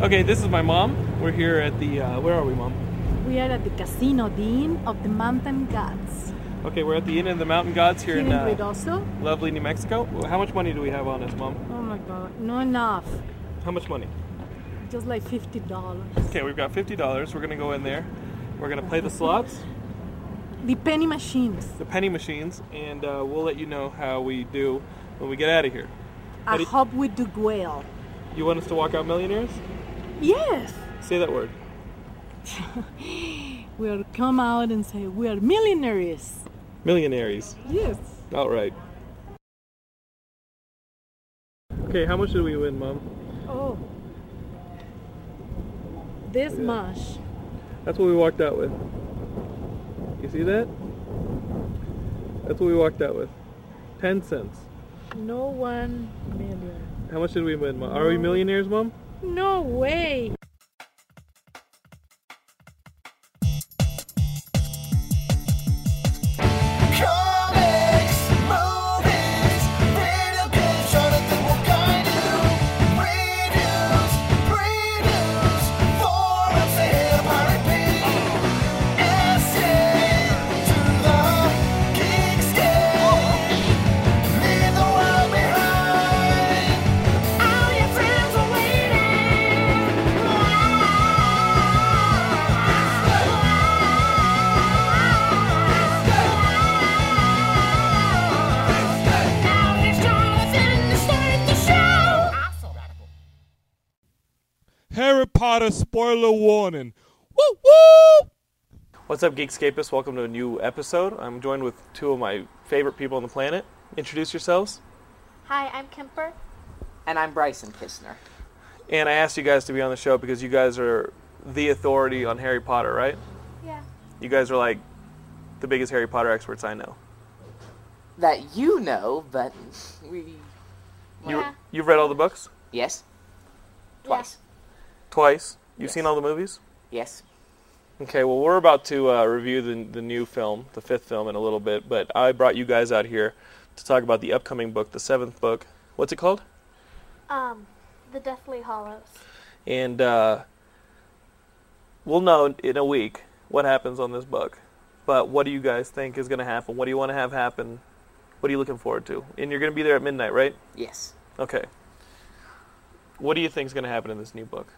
Okay, this is my mom. We're here at the. Uh, where are we, mom? We are at the Casino Dean of the Mountain Gods. Okay, we're at the Inn of the Mountain Gods here Here in in uh, Ruidoso? lovely New Mexico. How much money do we have on us, mom? Oh my god, no enough. How much money? Just like fifty dollars. Okay, we've got fifty dollars. We're gonna go in there. We're gonna play the slots, The penny machines. the penny machines, and uh, we'll let you know how we do when we get out of here. I do- hope we do well. You want us to walk out millionaires? Yes. Say that word. We'll come out and say we are millionaires. Millionaires. Yes. All right. Okay, how much did we win, mom? Oh. This much. That's what we walked out with. You see that? That's what we walked out with. Ten cents. No one million. How much did we win, Mom? Are we millionaires, Mom? No way. Comics, movies, video games, trying to think what kind to do. Reviews, previews, forums, they hit up my repeat. Essay to the geek scale. Leave the world behind. All your friends are waiting. Now here's Jonathan to start the show. Harry Potter spoiler warning. Woo woo! What's up, Geekscapists? Welcome to a new episode. I'm joined with two of my favorite people on the planet. Introduce yourselves. Hi, I'm Kemper. And I'm Bryson Kistner. And I asked you guys to be on the show because you guys are the authority on Harry Potter, right? Yeah. You guys are like the biggest Harry Potter experts I know. That you know, but we. You, Yeah. You've read all the books Yes? Twice. twice. You've Yes. seen all the movies. Yes. Okay, well, we're about to uh, review the, the new film, the fifth film, in a little bit, but I brought you guys out here to talk about the upcoming book, the seventh book. What's it called? Um, the Deathly Hollows. And uh, we'll know in a week what happens on this book. But what do you guys think is going to happen? What do you want to have happen? What are you looking forward to? And you're going to be there at midnight, right? Yes. Okay. What do you think is going to happen in this new book?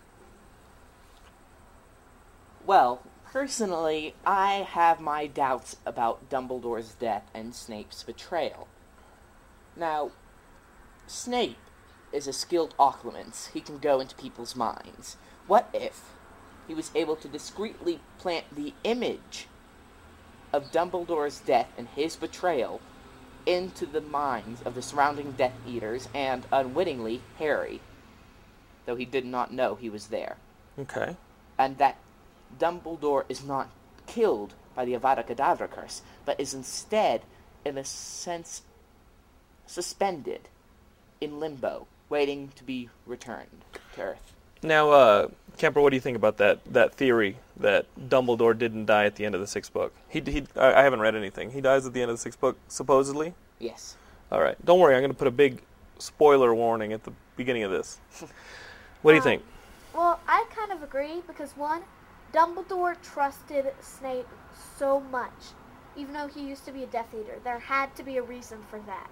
Well, personally, I have my doubts about Dumbledore's death and Snape's betrayal. Now, Snape is a skilled occlumence. He can go into people's minds. What if he was able to discreetly plant the image of Dumbledore's death and his betrayal into the minds of the surrounding Death Eaters and, unwittingly, Harry, though he did not know he was there? Okay. and that Dumbledore is not killed by the Avada Kedavra curse, but is instead, in a sense, suspended in limbo, waiting to be returned to Earth. Now, uh, Kemper, what do you think about that, that theory that Dumbledore didn't die at the end of the sixth book? He, he, I I haven't read anything. He dies at the end of the sixth book, supposedly. Yes. All right. Don't worry. I'm going to put a big spoiler warning at the beginning of this. What do you think? Well, I kind of agree because one, Dumbledore trusted Snape so much, even though he used to be a Death Eater. There had to be a reason for that.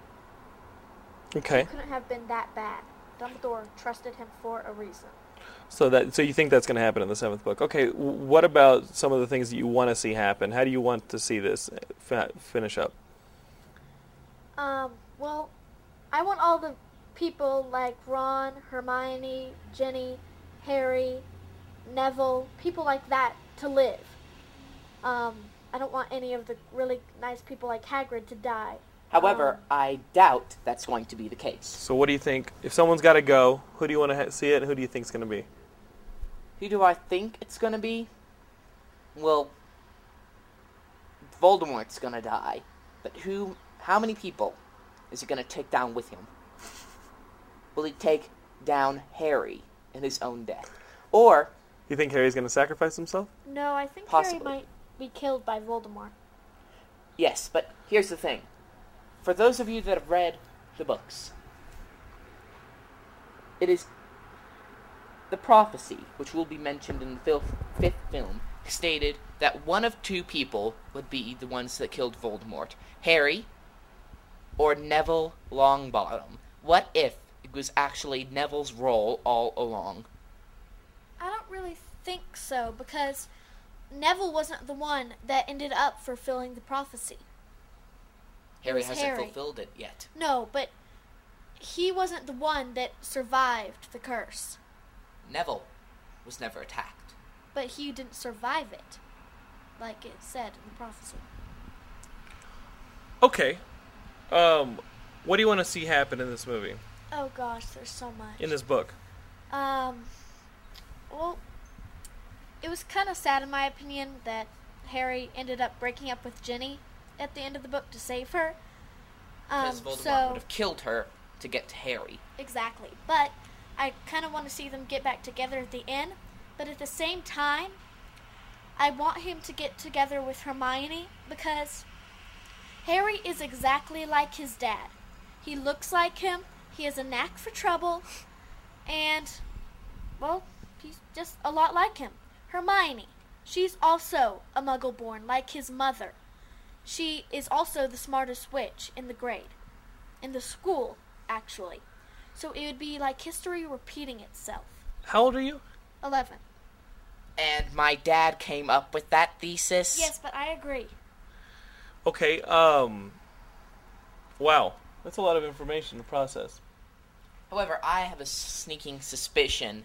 Okay. Couldn't have been that bad. Dumbledore trusted him for a reason. So that so you think that's going to happen in the seventh book? Okay. w- What about some of the things that you want to see happen? How do you want to see this uh, fi- finish up? Um, well, I want all the people like Ron, Hermione, Ginny, Harry, Neville, people like that to live. Um, I don't want any of the really nice people like Hagrid to die. However, I doubt that's going to be the case. So what do you think? If someone's got to go, who do you want to ha- see it, and who do you think's going to be? Who do I think it's going to be? Well, Voldemort's going to die. But who, how many people is he going to take down with him? Will he take down Harry in his own death? Or You think Harry's going to sacrifice himself? No, I think Possibly. Harry might be killed by Voldemort. Yes, but here's the thing. For those of you that have read the books, it is the prophecy, which will be mentioned in the fil- fifth film, stated that one of two people would be the ones that killed Voldemort Harry or Neville Longbottom. What if it was actually Neville's role all along? I don't really think so because Neville wasn't the one that ended up fulfilling the prophecy. Harry was hasn't Harry. fulfilled it yet. No, but he wasn't the one that survived the curse. Neville was never attacked. But he didn't survive it, like it said in the prophecy. Okay. Um, what do you want to see happen in this movie? Oh gosh, there's so much. In this book? um, well, it was kind of sad in my opinion that Harry ended up breaking up with Jenny at the end of the book to save her. Um, Because Voldemort so would have killed her to get to Harry. exactly, but I kind of want to see them get back together at the end. But at the same time, I want him to get together with Hermione because Harry is exactly like his dad. He looks like him. He has a knack for trouble, and well, he's just a lot like him. Hermione, she's also a Muggle born, like his mother. She is also the smartest witch in the grade, in the school, actually. So it would be like history repeating itself. How old are you? Eleven. And my dad came up with that thesis. Yes, but I agree. Okay. Um. Wow, that's a lot of information to process. However, I have a sneaking suspicion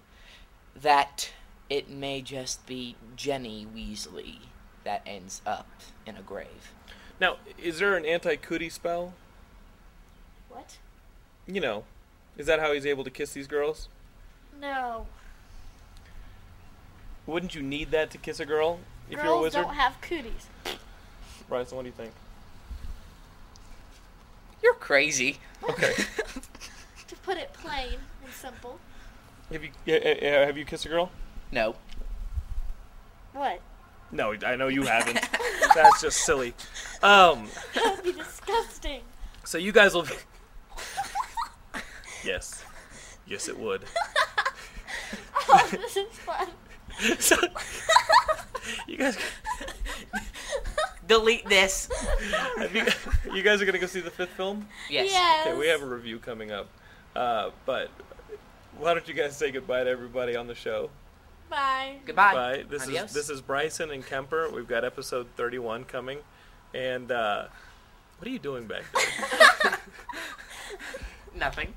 that it may just be Jenny Weasley that ends up in a grave. Now, is there an anti-cootie spell? What? You know, is that how he's able to kiss these girls? No. Wouldn't you need that to kiss a girl if Girls you're a wizard? don't have cooties. Bryson, what do you think? You're crazy. Okay. To put it plain and simple. have you yeah, yeah, yeah, have you kissed a girl? No. What? No, I know you haven't. That's just silly. Um. That would be disgusting. So you guys will be. yes. Yes, it would. Oh, this is fun. So, you guys, Delete this. have you, you guys are gonna go see the fifth film. Yes. Yes. Okay, we have a review coming up, uh, but why don't you guys say goodbye to everybody on the show? Bye. Goodbye. Bye. This Adios. is this is Bryson and Kemper. We've got episode thirty-one coming, and uh, what are you doing back there? nothing.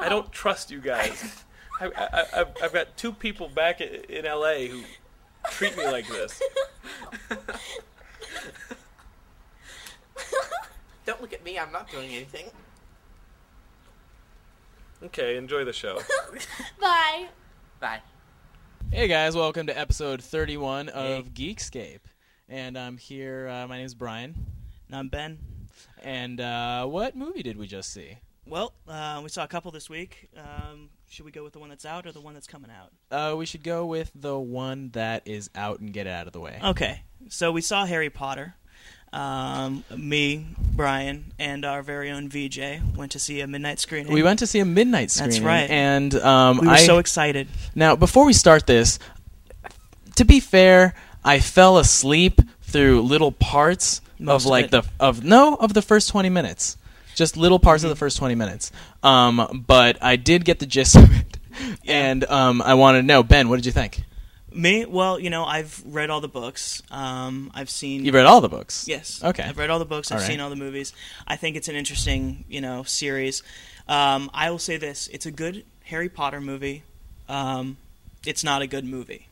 I don't trust you guys. I, I, I, I've- I've got two people back i- in LA who treat me like this. Don't look at me. I'm not doing anything. Okay, enjoy the show. Bye. Bye. Hey guys, welcome to episode 31 Hey. of Geekscape. And I'm here, uh, my name's Brian. And I'm Ben. And uh, what movie did we just see? Well, uh, we saw a couple this week. Um, should we go with the one that's out or the one that's coming out? Uh, we should go with the one that is out and get it out of the way. Okay, so we saw Harry Potter. Um, me, Brian, and our very own VJ went to see a midnight screening. We went to see a midnight screening. That's right. And um, We were I so excited. now before we start this, to be fair, I fell asleep through little parts Most of of like it. the of no of the first twenty minutes. just little parts Mm-hmm. of the first 20 minutes. Um, but I did get the gist of it, and um, I wanted to know, Ben, what did you think? Me? Well, you know, I've read all the books. Um, I've seen. You've read all the books? Yes. Okay. I've read all the books. I've All right. seen all the movies. I think it's an interesting, you know, series. Um, I will say this: it's a good Harry Potter movie. Um, it's not a good movie,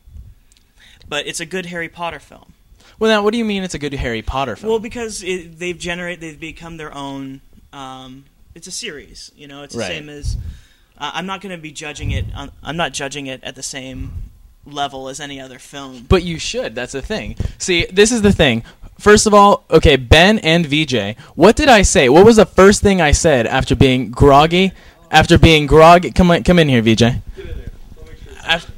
but it's a good Harry Potter film. Well, now, what do you mean it's a good Harry Potter film? Well, because it, they've generate, they've become their own. Um, it's a series, you know. It's the Right. same as. Uh, I'm not going to be judging it. On, I'm not judging it at the same level as any other film. But you should. That's the thing. See, this is the thing. First of all, okay, Ben and VJ, what did I say? What was the first thing I said after being groggy? After being groggy, come on, come in here, VJ. Af-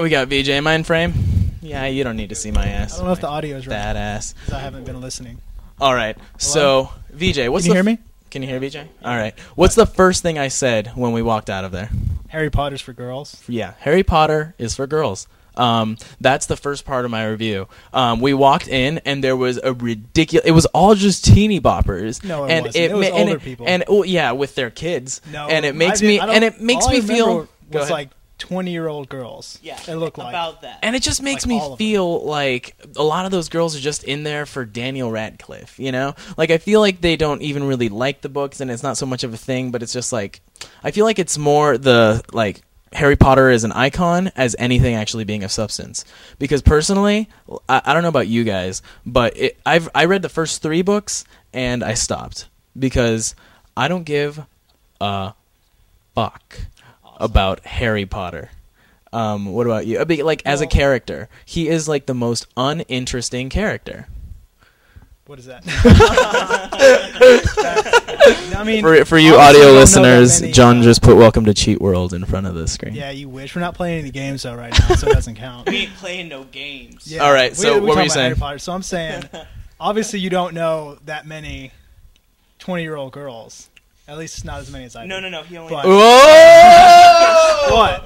we got VJ. Am I in frame? Yeah, you don't need to see my ass. I don't know if the audio is right. That ass. Because I haven't been listening. All right. So, VJ, what's Can you the hear me? Can you hear VJ? All right. What's the first thing I said when we walked out of there? Harry Potter's for girls. yeah, Harry Potter is for girls. Um, that's the first part of my review. Um, we walked in and there was a ridiculous. It was all just teeny boppers. No, it and wasn't. It was ma- and older people. And oh yeah, with their kids. No, and it I makes did- me I don't- and it makes all I me feel. remember Go was ahead. like twenty year old girls. Yeah, it looked like about that. And it just makes me feel like a lot of those girls are just in there for Daniel Radcliffe, you know? Like I feel like they don't even really like the books and it's not so much of a thing, but it's just like I feel like it's more the like Harry Potter is an icon as anything actually being of substance. Because personally, I, I don't know about you guys, but it, I've I read the first 3 books and I stopped because I don't give a fuck about Harry Potter. Um, what about you? I mean, like as a character, he is like the most uninteresting character. What is that? I mean, for, for you honestly, I audio don't know that listeners, many, John uh, just put "Welcome to Cheat World" in front of the screen. Yeah, you wish. We're not playing any games though right now, so it doesn't count. We ain't playing no games. Yeah, All right, so we, what were talking you about saying? Harry Potter. So I'm saying, obviously, you don't know that many twenty year old girls. At least not as many as I. No, do. no, no. He only. But- Whoa! what?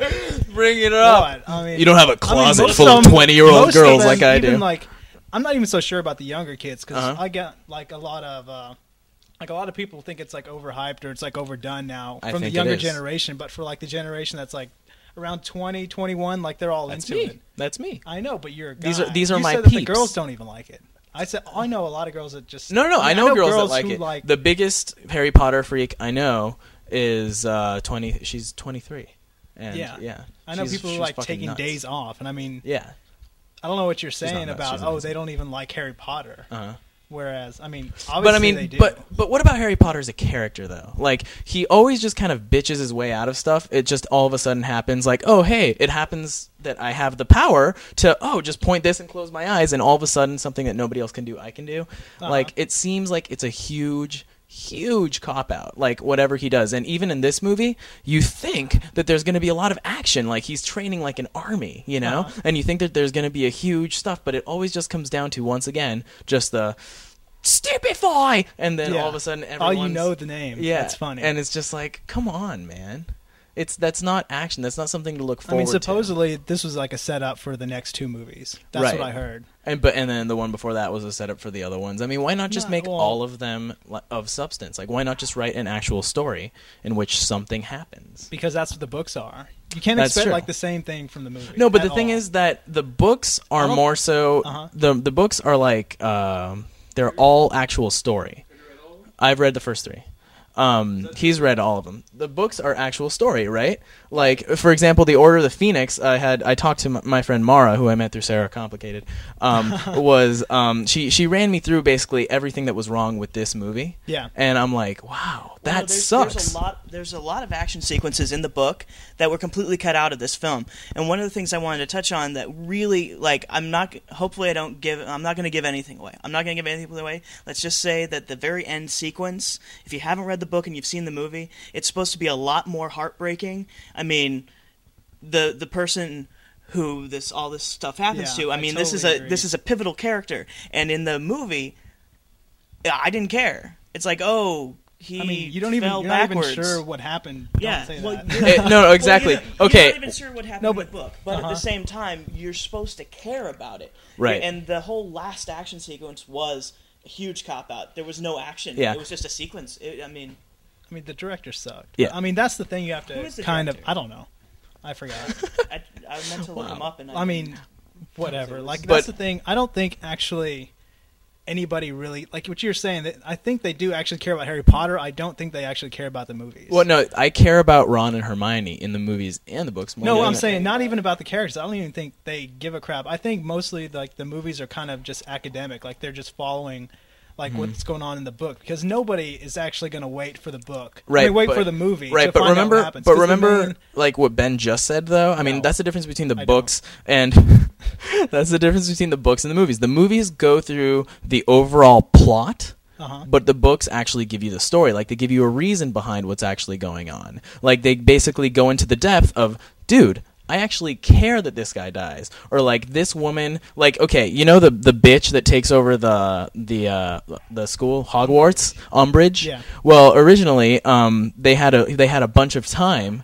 Bring it up. What? I mean, You don't have a I mean, closet most full of them- 20-year-old most of girls them, like I even do. Like, I'm not even so sure about the younger kids because Uh-huh. I get like a lot of. Uh, like a lot of people think it's like overhyped or it's like overdone now I from the think it younger is. generation, but for like the generation that's like around 20, 21, like they're all That's into me. it. That's me. I know, but you're a guy. These are- these are you my said That the peeps. girls don't even like it. I said I know a lot of girls that just No, no, no. I, mean, know, girls, that like who it. the biggest Harry Potter freak I know is uh, twenty. She's twenty three. And yeah, yeah, I know she's- people who she's like fucking taking nuts. days off, and I mean, yeah. I don't know what you're not saying nuts, about she's oh amazing. they don't even like Harry Potter, Uh-huh. whereas I mean obviously but I mean, they do. but but what about Harry Potter as a character though? Like he always just kind of bitches his way out of stuff. It just all of a sudden happens. Like oh hey, it happens that I have the power to oh just point this and close my eyes, and all of a sudden something that nobody else can do, I can do. Like it seems like it's a huge huge cop out like whatever he does and even in this movie you think that there's going to be a lot of action like he's training like an army you know and you think that there's going to be a huge stuff but it always just comes down to once again just the stupefy and then Yeah. all of a sudden Oh, everyone's you know the name. yeah That's funny. and it's just like come on man it's that's not action that's not something to look I forward mean, supposedly this was like a setup for the next two movies. to That's Right. what I heard. and but and then the one before that was a setup for the other ones i mean why not just No, make well- all of them li- of substance like why not just write an actual story in which something happens Because that's what the books are. You can't That's expect true. like the same thing from the movie. no but at the thing all. is that the books are Oh. don't- more so Uh-huh. the the books are like um they're all actual story I've read the first three. Um, he's read all of them. The books are actual story, right? Like, for example, the Order of the Phoenix. I had I talked to m- my friend Mara, who I met through Sarah Complicated. Um, was um, she she ran me through basically everything that was wrong with this movie. Yeah. and I'm like, wow, that Well, there's, sucks. There's a lot. There's a lot of action sequences in the book that were completely cut out of this film. And one of the things I wanted to touch on that really, like, I'm not. Hopefully, I don't give. I'm not going to give anything away. I'm not going to give anything away. Let's just say that the very end sequence, if you haven't read the book and you've seen the movie, it's supposed to be a lot more heartbreaking. I mean, the the person who this all this stuff happens Yeah, to. I I mean, this is totally a agree. this is a pivotal character, and in the movie, I didn't care. It's like, oh, he I mean, you don't even fell you're not even backwards. sure what happened. yeah, Don't say well, that. you're- Eh, no, no, well, you're exactly. not- You're, Okay. not even sure what happened No, in the but- book, but at uh-huh. the same time, you're supposed to care about it. Right. And the whole last action sequence was a huge cop out. There was no action. Yeah. It was just a sequence. It, I mean, I mean, the director sucked. Yeah. I mean, that's the thing you have to Who is the kind of. I don't know. I forgot. I, I meant to look him up, and I, I mean, whatever. Like But- that's the thing. I don't think actually anybody really like what you're saying. That I think they do actually care about Harry Potter. I don't think they actually care about the movies. Well, no, I care about Ron and Hermione in the movies and the books. More No, than I'm saying not even about the characters. I don't even think they give a crap. I think mostly like the movies are kind of just academic. Like they're just following like Mhm. what's going on in the book because nobody is actually going to wait for the book. I Right. mean, wait but- for the movie. Right. to but find out what remember, happens, but 'cause the remember, main- like what Ben just said, though. I mean, that's the difference between the books and that's the difference between the books and the movies. The movies go through the overall plot. Uh-huh. But the books actually give you the story. Like, they give you a reason behind what's actually going on. Like, they basically go into the depth of, dude, I actually care that this guy dies. Or, like, this woman, like, okay, you know the, the bitch that takes over the, the, uh, the school, Hogwarts, Umbridge? Yeah. Well, originally, um, they had a they had a bunch of time.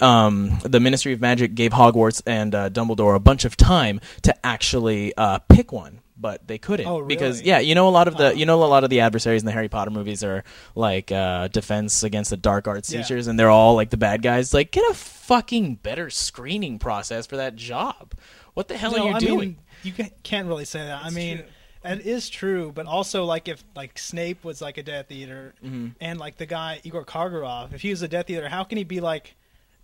Um, the Ministry of Magic gave Hogwarts and uh, Dumbledore a bunch of time to actually uh, pick one, but they couldn't Oh, really? because yeah, you know a lot of the you know a lot of the adversaries in the Harry Potter movies are like uh, defense against the dark arts Yeah. teachers, and they're all like the bad guys. Like, get a fucking better screening process for that job. What the hell No, are you I doing? Mean, you ca- can't really say that. I mean, it is true, but also like if like Snape was like a Death Eater, Mhm. and like the guy Igor Kargaroff, if he was a Death Eater, how can he be like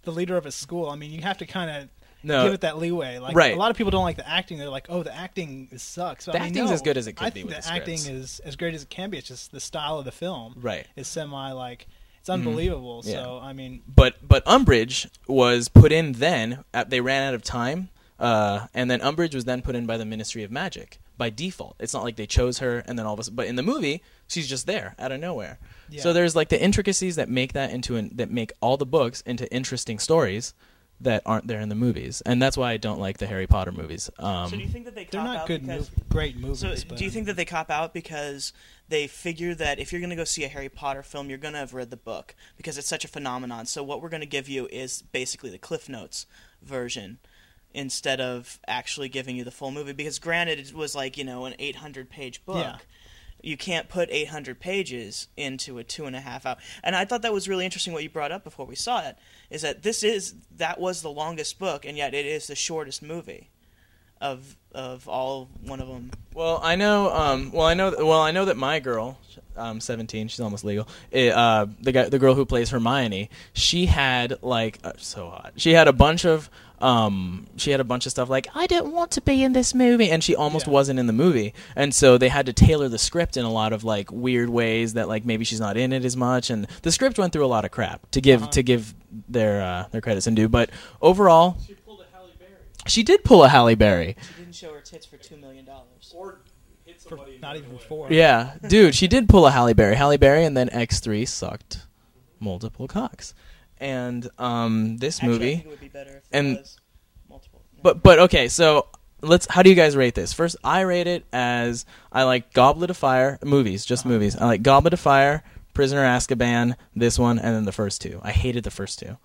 the leader of a school? I mean, you have to kind of. No. Give it that leeway. Like Right. a lot of people don't like the acting. They're like, "Oh, the acting is sucks." But, The I mean, acting's no. as good as it could I be think with the the acting scripts. is as great as it can be. It's just the style of the film. Right. Is semi like it's Mhm. unbelievable. Yeah. So I mean, but but Umbridge was put in then. At, they ran out of time, uh, and then Umbridge was then put in by the Ministry of Magic by default. It's not like they chose her and then all of a sudden. But in the movie, she's just there out of nowhere. So Yeah. there's like the intricacies that make that into an, that make all the books into interesting stories that aren't there in the movies, and that's why I don't like the Harry Potter movies. Um, so do you think that they cop they're not out good, because, mov- great movies. So but do you think that they cop out because they figure that if you're going to go see a Harry Potter film, you're going to have read the book because it's such a phenomenon. So what we're going to give you is basically the Cliff Notes version instead of actually giving you the full movie because granted it was like, you know, an 800 page book. Yeah. You can't put 800 pages into a two and a half hour. And I thought that was really interesting what you brought up before we saw it is that this is that was the longest book and yet it is the shortest movie of of all one of them. Well, I know. Um, well, I know. Well, I know that my girl, um, seventeen, she's almost legal. eh, uh, the guy, the girl who plays Hermione, she had like uh, so hot. She had a bunch of. Um, she had a bunch of stuff like I didn't want to be in this movie, and she almost wasn't in the movie, and so they had to tailor the script in a lot of like weird ways that like maybe she's not in it as much, and the script went through a lot of crap to give to give their uh, their credits and due, but overall, she pulled a Halle Berry. She did pull a Halle Berry. She didn't show her tits for two million dollars. Or hit somebody. Not even four. Yeah, dude, she did pull a Halle Berry. Halle Berry, and then X three sucked multiple cocks, and um, this Actually, I movie think it would be better if it and was multiple. But but okay, so let's. How do you guys rate this? First, I rate it as I like Goblet of Fire movies, just Uh-huh. movies. I like Goblet of Fire, Prisoner of Azkaban, this one, and then the first two. I hated the first two.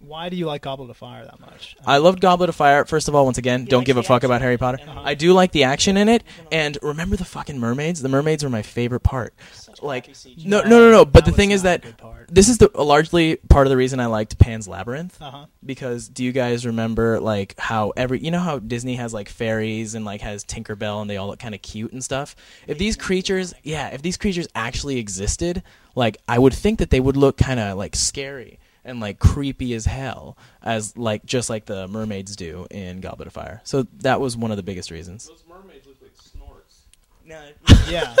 Why do you like Goblet of Fire that much? I loved Goblet of Fire. First of all, once again, don't give a fuck about Harry Potter. I do like the action in it, and remember the fucking mermaids. The mermaids were my favorite part. Like, no, no, no, no. But the thing is that this is the largely part of the reason I liked Pan's Labyrinth. Uh-huh. Because do you guys remember like how every you know how Disney has like fairies and like has Tinkerbell and they all look kind of cute and stuff? If these creatures, yeah, if these creatures actually existed, like I would think that they would look kind of like scary and like creepy as hell as like just like the mermaids do in Goblet of Fire. So that was one of the biggest reasons. No, yeah.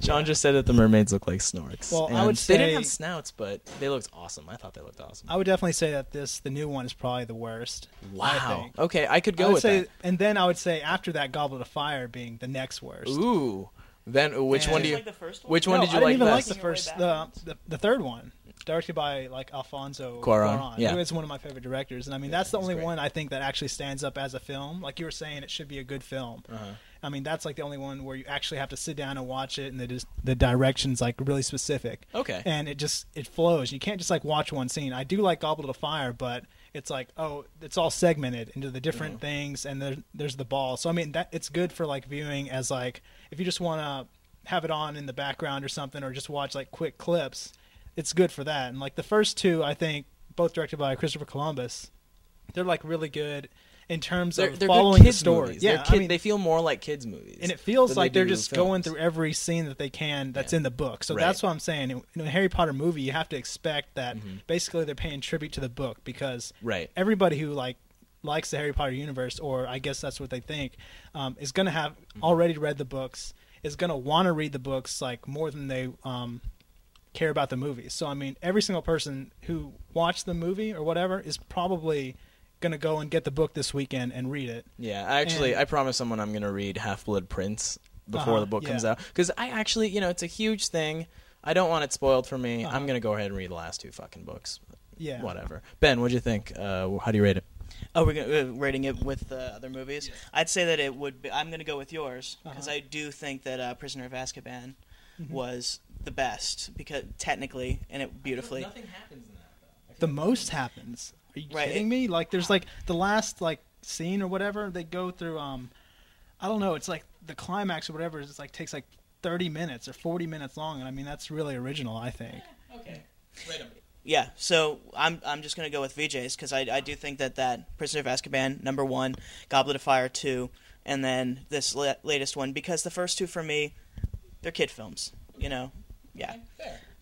John just said that the mermaids look like snorks. Well, I and would they didn't say- have snouts, but they looked awesome. I thought they looked awesome. I would definitely say that this the new one is probably the worst. I Wow. think. Okay, I could go would with say, that. And then I would say after that, Goblet of Fire being the next worst. Ooh. Then uh, which And- one do you? Which one No, did you I didn't like even best? like the first, the, the the third one, directed by like Alfonso Cuarón, Cuarón, yeah. who is one of my favorite directors. And I mean, that's the only one I think that actually stands up as a film. Like you were saying, it should be a good film. Uh-huh. I mean, that's like the only one where you actually have to sit down and watch it, and the dis- the directions like really specific. Okay. and it just it flows. You can't just like watch one scene. I do like Goblet of Fire, but it's like oh, it's all segmented into the different Mhm. things, and there, there's the ball. So I mean, that it's good for like viewing as like if you just want to have it on in the background or something, or just watch like quick clips. it's good for that. And like the first two, I think both directed by Christopher Columbus, they're like really good in terms They're, of they're following good kids the story. movies. Yeah, They're kid- I mean, they feel more like kids movies, and it feels than like they they are do just films. going through every scene that they can that's in the book. So Right. that's what I'm saying. In, in a Harry Potter movie, you have to expect that basically they're paying tribute to the book because Right. everybody who like likes the Harry Potter universe, or I guess that's what they think, um, is going to have already read the books, is going to want to read the books like more than they um, care about the movies. So I mean, every single person who watched the movie or whatever is probably going to go and get the book this weekend and read it. Yeah, I actually, And- I promised someone I'm going to read Half Blood Prince before Uh-huh, the book comes yeah. out because I actually, you know, it's a huge thing. I don't want it spoiled for me. Uh-huh. I'm going to go ahead and read the last two fucking books. Yeah. whatever. Ben, what'd you think? Uh, how do you rate it? Oh, we're gonna, uh, rating it with uh, other movies. I'd say that it would. be... I'm going to go with yours Uh-huh. because I do think that uh, Prisoner of Azkaban Mhm. was the best because technically and it beautifully. Nothing happens in the most happens. Are you Right, kidding me? Like there's like the last like scene or whatever they go through. Um, I don't know. It's like the climax or whatever. It's like takes like thirty minutes or forty minutes long, and I mean that's really original. I think. Okay. Yeah, so I'm I'm just gonna go with VJ's because I, I do think that that Prisoner of Azkaban number one, Goblet of Fire two, and then this la- latest one because the first two for me, they're kid films, you know, yeah.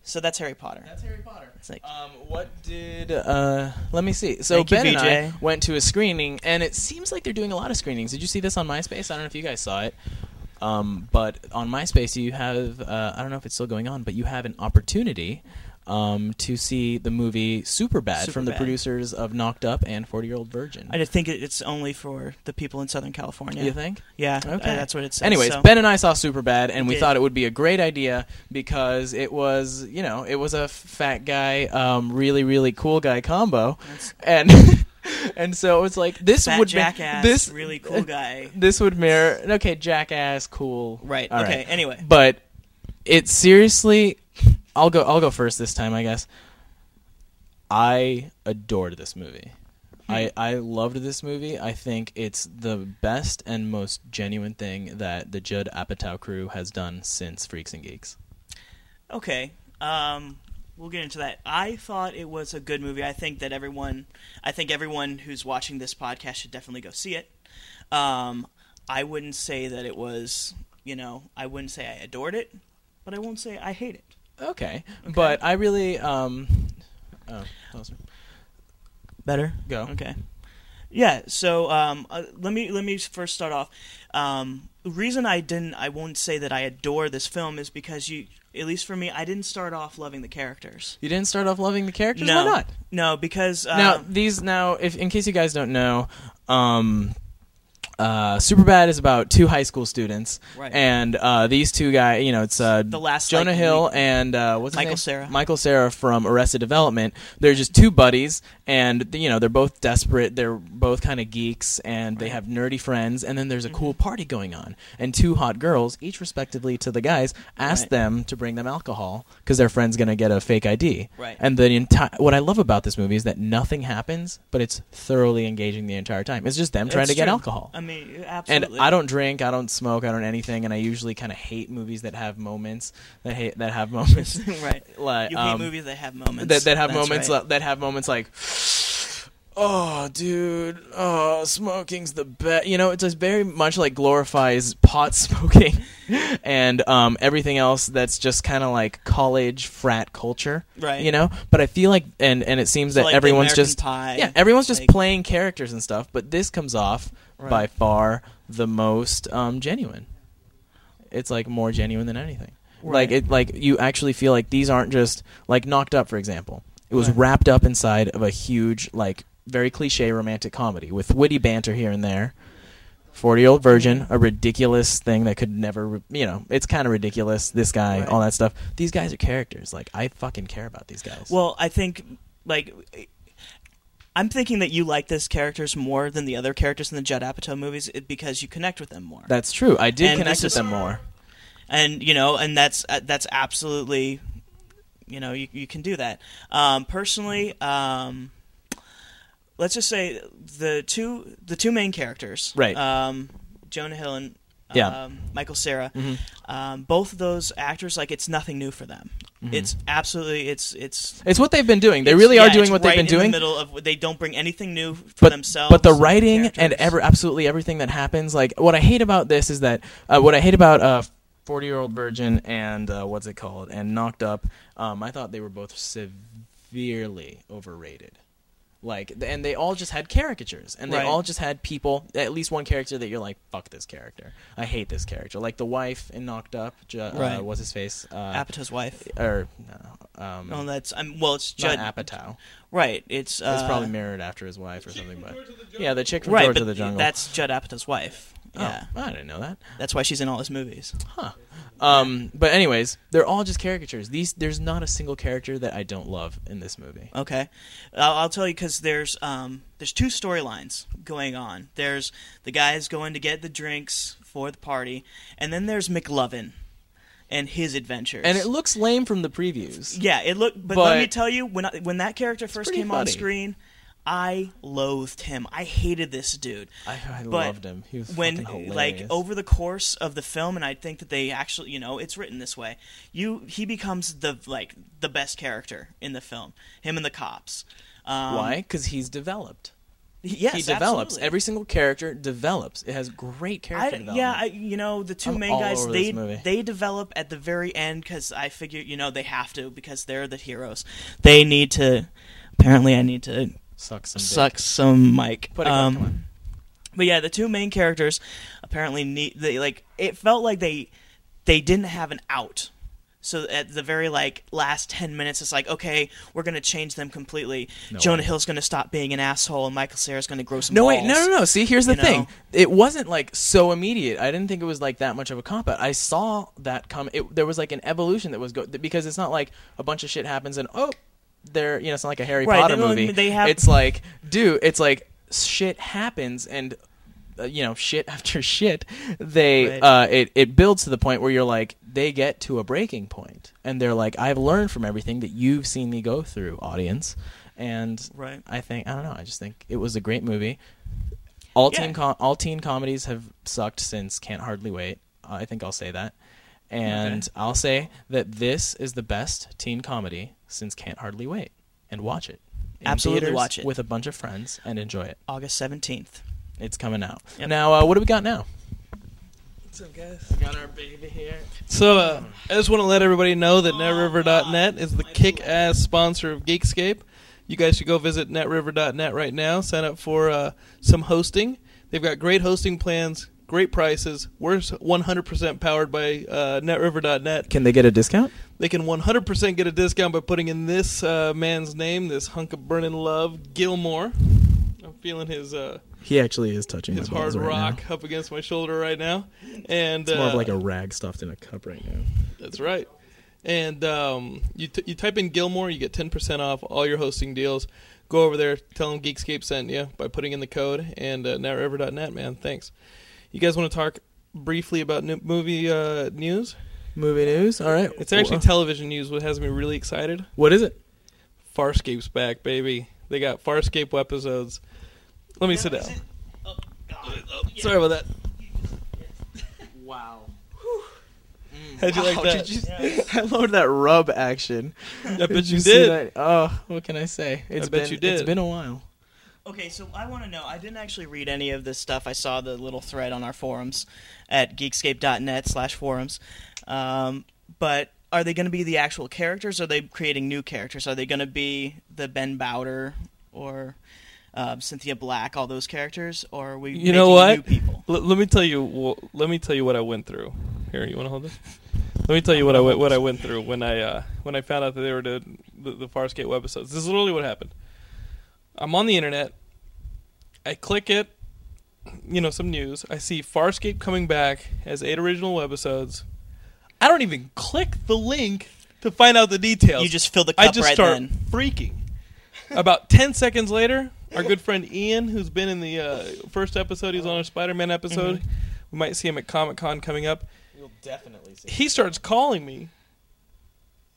So that's Harry Potter. That's Harry Potter. It's like um, what did Uh, let me see. So Thank you, Ben and I BJ. went to a screening, and it seems like they're doing a lot of screenings. Did you see this on MySpace? I don't know if you guys saw it, um, but on MySpace you have uh, I don't know if it's still going on, but you have an opportunity um, to see the movie Superbad from the Superbad. producers of Knocked Up and Forty Year Old Virgin. I just think it, it's only for the people in Southern California. You think? Yeah. Okay. uh, that's what it says. Anyways, so- Ben and I saw Superbad, and We we did. thought it would be a great idea because it was, you know, it was a f- fat guy, um, really, really cool guy combo, and and so it was like this Fat would ma- jackass, this really cool guy. This would mirror okay, jackass, cool. Right, All okay, anyway. but it seriously, I'll go. I'll go first this time, I guess. I adored this movie. Hmm. I, I loved this movie. I think it's the best and most genuine thing that the Judd Apatow crew has done since Freaks and Geeks. Okay. Um, we'll get into that. I thought it was a good movie. I think that everyone, I think everyone who's watching this podcast should definitely go see it. Um, I wouldn't say that it was, you know, I wouldn't say I adored it, but I won't say I hate it. Okay, but I really um, oh, closer. Better? go Okay. Yeah. So um, uh, let me let me first start off. Um, the reason I didn't, I won't say that I adore this film is because you, at least for me, I didn't start off loving the characters. You didn't start off loving the characters. No, Why not? Um, No, because uh, now these now if in case you guys don't know um uh, Superbad is about two high school students, Right. and uh, these two guys, you know, it's uh, The last, Jonah like, Hill week- and uh, what's his Michael name? Cera. Michael Sarah from Arrested Development. They're just two buddies, and you know, they're both desperate. They're both kind of geeks, and they have nerdy friends. And then there's a cool Mm-hmm. party going on, and two hot girls, each respectively to the guys, ask Right. them to bring them alcohol because their friend's gonna get a fake ID. Right. And the entire what I love about this movie is that nothing happens, but it's thoroughly engaging the entire time. It's just them trying It's to get true. alcohol. I mean, absolutely. And I don't drink, I don't smoke, I don't anything, and I usually kind of hate movies that have moments that hate that have moments. right. Like You hate um, movies that have moments. That, that have That's moments right. li- that have moments like oh dude oh smoking's the best you know it just very much like glorifies pot smoking and um, everything else that's just kind of like college frat culture Right. you know but i feel like and and it seems So, that like, the everyone's American just Pie, yeah everyone's just like- playing characters and stuff but this comes off Right. by far the most um, genuine it's like more genuine than anything like Right. it like you actually feel like these aren't just like knocked up for example it was wrapped up inside of a huge like very cliche romantic comedy with witty banter here and there 40 year old virgin a ridiculous thing that could never re- you know it's kind of ridiculous this guy Right. all that stuff these guys are characters like i fucking care about these guys Well, I think like I'm thinking that you like this characters more than the other characters in the Judd Apatow movies it- because you connect with them more. that's true i did And connect this with is- them more and you know, and that's uh, that's absolutely, you know, you you can do that. Um, personally, um, let's just say the two the two main characters, Right. Um, Jonah Hill and Yeah. um, Michael Sarah. Mhm. Um, both of those actors, like it's nothing new for them. Mhm. It's absolutely it's it's It's what they've been doing. They it's- really are yeah, doing it's what they've right been in the doing. middle of they don't bring anything new for but, themselves. But the writing and ever absolutely everything that happens, like what I hate about this is that uh, what I hate about uh, Forty Year Old Virgin and uh, what's it called and Knocked Up, um, I thought they were both severely overrated. Like th- and they all just had caricatures, and they Right. all just had people. At least one character that you're like, "Fuck this character! I hate this character." Like the wife in Knocked Up, ju- uh, Right. what's his face? Uh, Apatow's wife. or no, um, Oh, No, that's I'm well. It's not Judd Apatow. Right. It's uh, It's probably married after his wife or something, but yeah, the chick from right, George but of the Jungle. That's Judd Apatow's wife. Oh, Yeah, I didn't know that. That's why she's in all his movies. Huh. Um, but anyways, they're all just caricatures. These there's not a single character that I don't love in this movie. Okay, I'll, I'll tell you because there's um, there's two storylines going on. There's the guys going to get the drinks for the party, and then there's McLovin and his adventures. And it looks lame from the previews. yeah, it looked. But, but- let me tell you, when I, when that character first pretty came on funny. screen, I loathed him. I hated this dude. I, I But loved him. He was when fucking like hilarious. over the course of the film and i think that they actually you know it's written this way you he becomes the like the best character in the film him and the cops um, Why? Because he's developed. yes he develops. absolutely. Every single character develops. It has great character I, development. yeah, I, you know the 2 I'm main all guys over they this movie. they develop at the very end because I figure you know they have to because they're the heroes. They need to. Apparently, I need to suck some dick. suck Um, some mic. Put it on, come But yeah, the two main characters apparently need they like it felt like they they didn't have an out. So at the very like last ten minutes, it's like okay, we're gonna change them completely. No Jonah way. Hill's gonna stop being an asshole, and Michael Cera's gonna grow some. no wait, no, balls, no, no. See, here's the you know? thing. It wasn't like so immediate. I didn't think it was like that much of a cop out. I saw that come. It, there was like an evolution that was go because it's not like a bunch of shit happens and oh, they're you know it's not like a Harry Right, Potter they don't- movie. they have- it's like dude, it's like shit happens and. Uh, you know, shit after shit, they Right. uh, it it builds to the point where you're like, they get to a breaking point, and they're like, I've learned from everything that you've seen me go through, audience, and Right. I think I don't know. I just think it was a great movie. All Yeah. teen com- all teen comedies have sucked since Can't Hardly Wait. I think I'll say that, and I'll say that this is the best teen comedy since Can't Hardly Wait, and watch it. In Absolutely theaters watch it. with a bunch of friends and enjoy it. August seventeenth. It's coming out now. Uh, what do we got now? What's up, guys? We got our baby here. So uh, I just want to let everybody know that netriver.net is the kick-ass sponsor of Geekscape. You guys should go visit netriver.net right now. Sign up for uh, some hosting. They've got great hosting plans, great prices. We're 100% powered by uh, netriver.net. Can they get a discount? They can 100% get a discount by putting in this uh, man's name, this hunk of burning love, Gilmore. I'm feeling his uh, He actually is touching his hard rock up against my shoulder right now, and It's more of uh, like a rag stuffed in a cup right now. that's right. And um, you t- you type in Gilmore, you get ten percent off all your hosting deals. Go over there, tell them Geekscape sent you by putting in the code and uh, netriver.net, man. Thanks. You guys want to talk briefly about new- movie uh, news? Movie news. All right. It's actually Wha- television news, which has me really excited. what is it? Farscape's back, baby. They got Farscape episodes. Let me sit down. Sorry about that. Wow. How'd you like that? I loved that rub action. I bet Did you see did. that? Oh, what can I say? It's bet been, you did. It's been a while. Okay, so I want to know. I didn't actually read any of this stuff. I saw the little thread on our forums at geekscape.net slash forums. Um, but are they going to be the actual characters? Are they creating new characters? Are they going to be the Ben Bowder or um Cynthia Black, all those characters? Or are we You know making what? new people? L- let me tell you. Wh- let me tell you what I went through. Here, you want to hold this? Let me tell you what I went what I went through when I uh, when I found out that they were doing the, the Farscape episodes. This is literally what happened. I'm on the internet. I click it. You know, some news. I see Farscape coming back as eight original webisodes. I don't even click the link to find out the details. You just fill the I cup just right start then. freaking. About ten seconds later, our good friend Ian, who's been in the uh, first episode, he was on our Spider-Man episode. Mm-hmm. We might see him at Comic Con coming up. You'll definitely see. He starts calling me,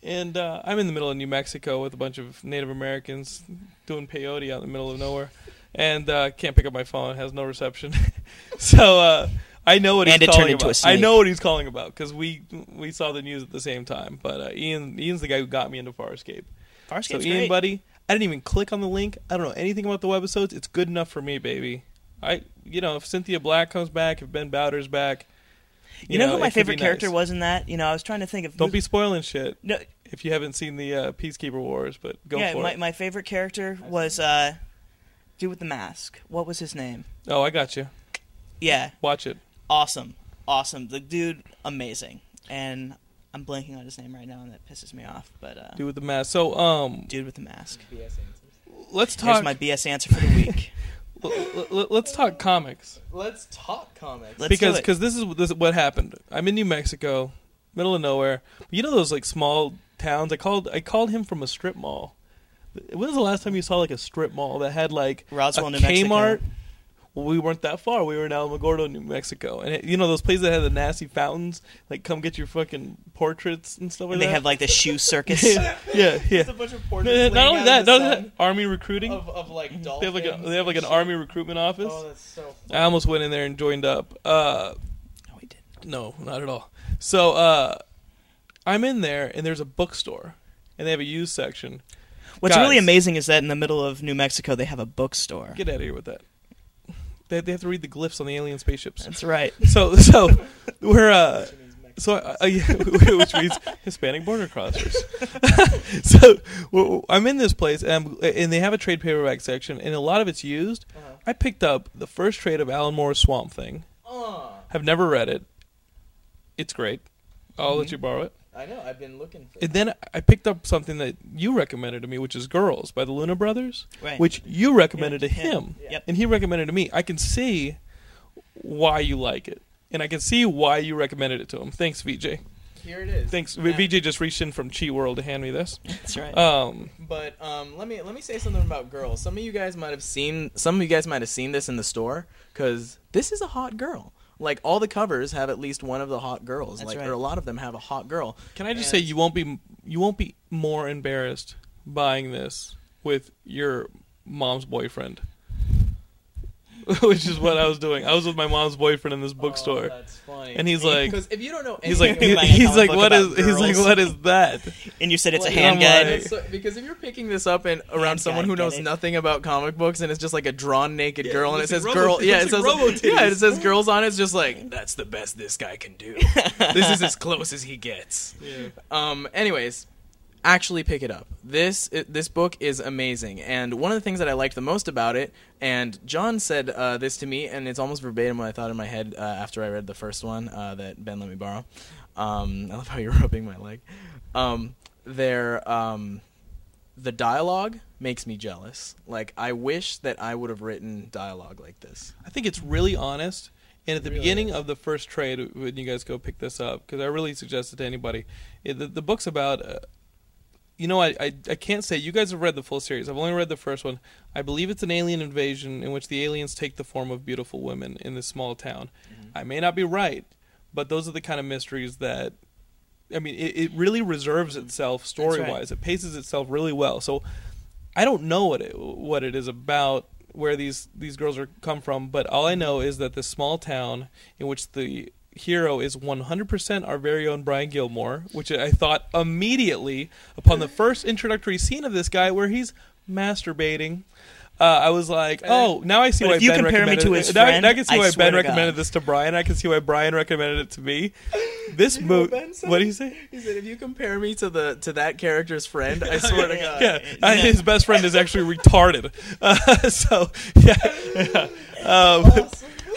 and uh, I'm in the middle of New Mexico with a bunch of Native Americans doing peyote out in the middle of nowhere, and uh, can't pick up my phone. Has no reception. so uh, I know what And he's it turned calling into a about. I snake. know what he's calling about because we we saw the news at the same time. But uh, Ian Ian's the guy who got me into Farscape. so Farscape's Ian, great. buddy, I didn't even click on the link. I don't know anything about the webisodes. It's good enough for me, baby. I you know if Cynthia Black comes back, if Ben Bowder's back, You, know, who it my could be favorite character nice. was in that? You know, I was trying to think of. Don't be spoiling shit. No. If you haven't seen the uh, Peacekeeper Wars, but go yeah, for my, it. my favorite character was uh, dude with the mask. What was his name? Oh, I got you. Yeah. Watch it. Awesome, awesome. The dude, amazing. And I'm blanking on his name right now, and that pisses me off. But uh, Dude with the mask. So um, dude with the mask. Let's Here's talk. my BS answer for the week. let's talk comics. Let's talk comics. because because this is this is what happened. I'm in New Mexico, middle of nowhere. You know those like small towns. I called I called him from a strip mall. When was the last time you saw like a strip mall that had like Roswell, a New Mexico. Kmart? Well, we weren't that far. We were in Alamogordo, New Mexico, and it, you know those places that had the nasty fountains. Like, come get your fucking portraits and stuff like And that. they have like the shoe circus. yeah, yeah. It's a bunch of portraits No, no, Not laying only out that, not in the only that, sun army recruiting of- of, like, They have like a, dolphins they have like an and shit. army recruitment office. Oh, that's so I almost went in there and joined up. Uh, no, we didn't. No, not at all. So uh, I'm in there, and there's a bookstore, and they have a used section. What's Guys, really amazing is that in the middle of New Mexico, they have a bookstore. Get out of here with that. They, they have to read the glyphs on the alien spaceships. That's right. So so we're uh so I, I, yeah, which means Hispanic border crossers. so well, I'm in this place and I'm, and they have a trade paperback section and a lot of it's used. I picked up the first trade of Alan Moore's Swamp Thing. Have never read it. It's great. I'll let Mhm. you borrow it. I know. I've been looking for. And then I picked up something that you recommended to me, which is Girls by the Luna Brothers, Right. which you recommended to Yeah, yeah, him. yep. And he recommended to me. I can see why you like it. And I can see why you recommended it to him. Thanks, VJ. Here it is. Thanks. Yeah. VJ just reached in from Chi World to hand me this. That's right. Um, but um, let me let me say something about girls. Some of you guys might have seen some of you guys might have seen this in the store because this is a hot girl. Like all the covers have at least one of the hot girls. That's like right. or a lot of them have a hot girl. Can I just say you won't be you won't be more embarrassed buying this with your mom's boyfriend, which is what I was doing. I was with my mom's boyfriend in this bookstore. Oh, that's funny. And he's like, 'Cause if you don't know he's like, anything about he's comic like, book what about is, he's like, girls." what is that? And you said it's a Like, hand I'm guide. like- so- because if you're picking this up and around someone guide, who get knows it. nothing about comic books and it's just like a drawn naked Yeah, girl and it it's like says robo- girl, yeah, it it's like says robo yeah, it titties. says girls on it. It's just like that's the best this guy can do. this is as close as he gets. Yeah. Um. Anyways, actually pick it up. This i this book is amazing, and one of the things that I liked the most about it, and John said uh, this to me, and it's almost verbatim what I thought in my head uh, after I read the first one uh, that Ben let me borrow. Um, I love how you're rubbing my leg. Um, their um, the dialogue makes me jealous. Like I wish that I would have written dialogue like this. I think it's really honest. And at the Really beginning of the first trade, when you guys go pick this up, because I really suggest it to anybody, it, the, the book's about. Uh, you know, I, I I can't say you guys have read the full series. I've only read the first one. I believe it's an alien invasion in which the aliens take the form of beautiful women in this small town. I may not be right, but those are the kind of mysteries that. I mean, it, it really reserves itself right. story wise. It paces itself really well. So I don't know what it what it is about where these these girls are come from, but all I know is that this small town in which the hero is 100% our very own Brian Gilmore, which I thought immediately upon the first introductory scene of this guy where he's masturbating. Uh, I was like, oh, now I see But why if you Ben compare me recommended to his now, I- now I friend, can see I why swear Ben to God. recommended this to Brian. I can see why Brian recommended it to me. This movie. What do you say? He said, "If you compare me to the to that character's friend, I swear to God." yeah, uh, his best friend is actually retarded. Uh, so yeah, yeah. Um, I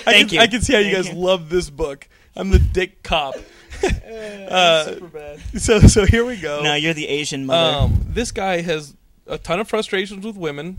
Thank can, you. I can see how you Thank guys you. love this book. I'm the dick cop. Uh, Superbad. So so here we go. No, you're the Asian mother. Um, this guy has a ton of frustrations with women.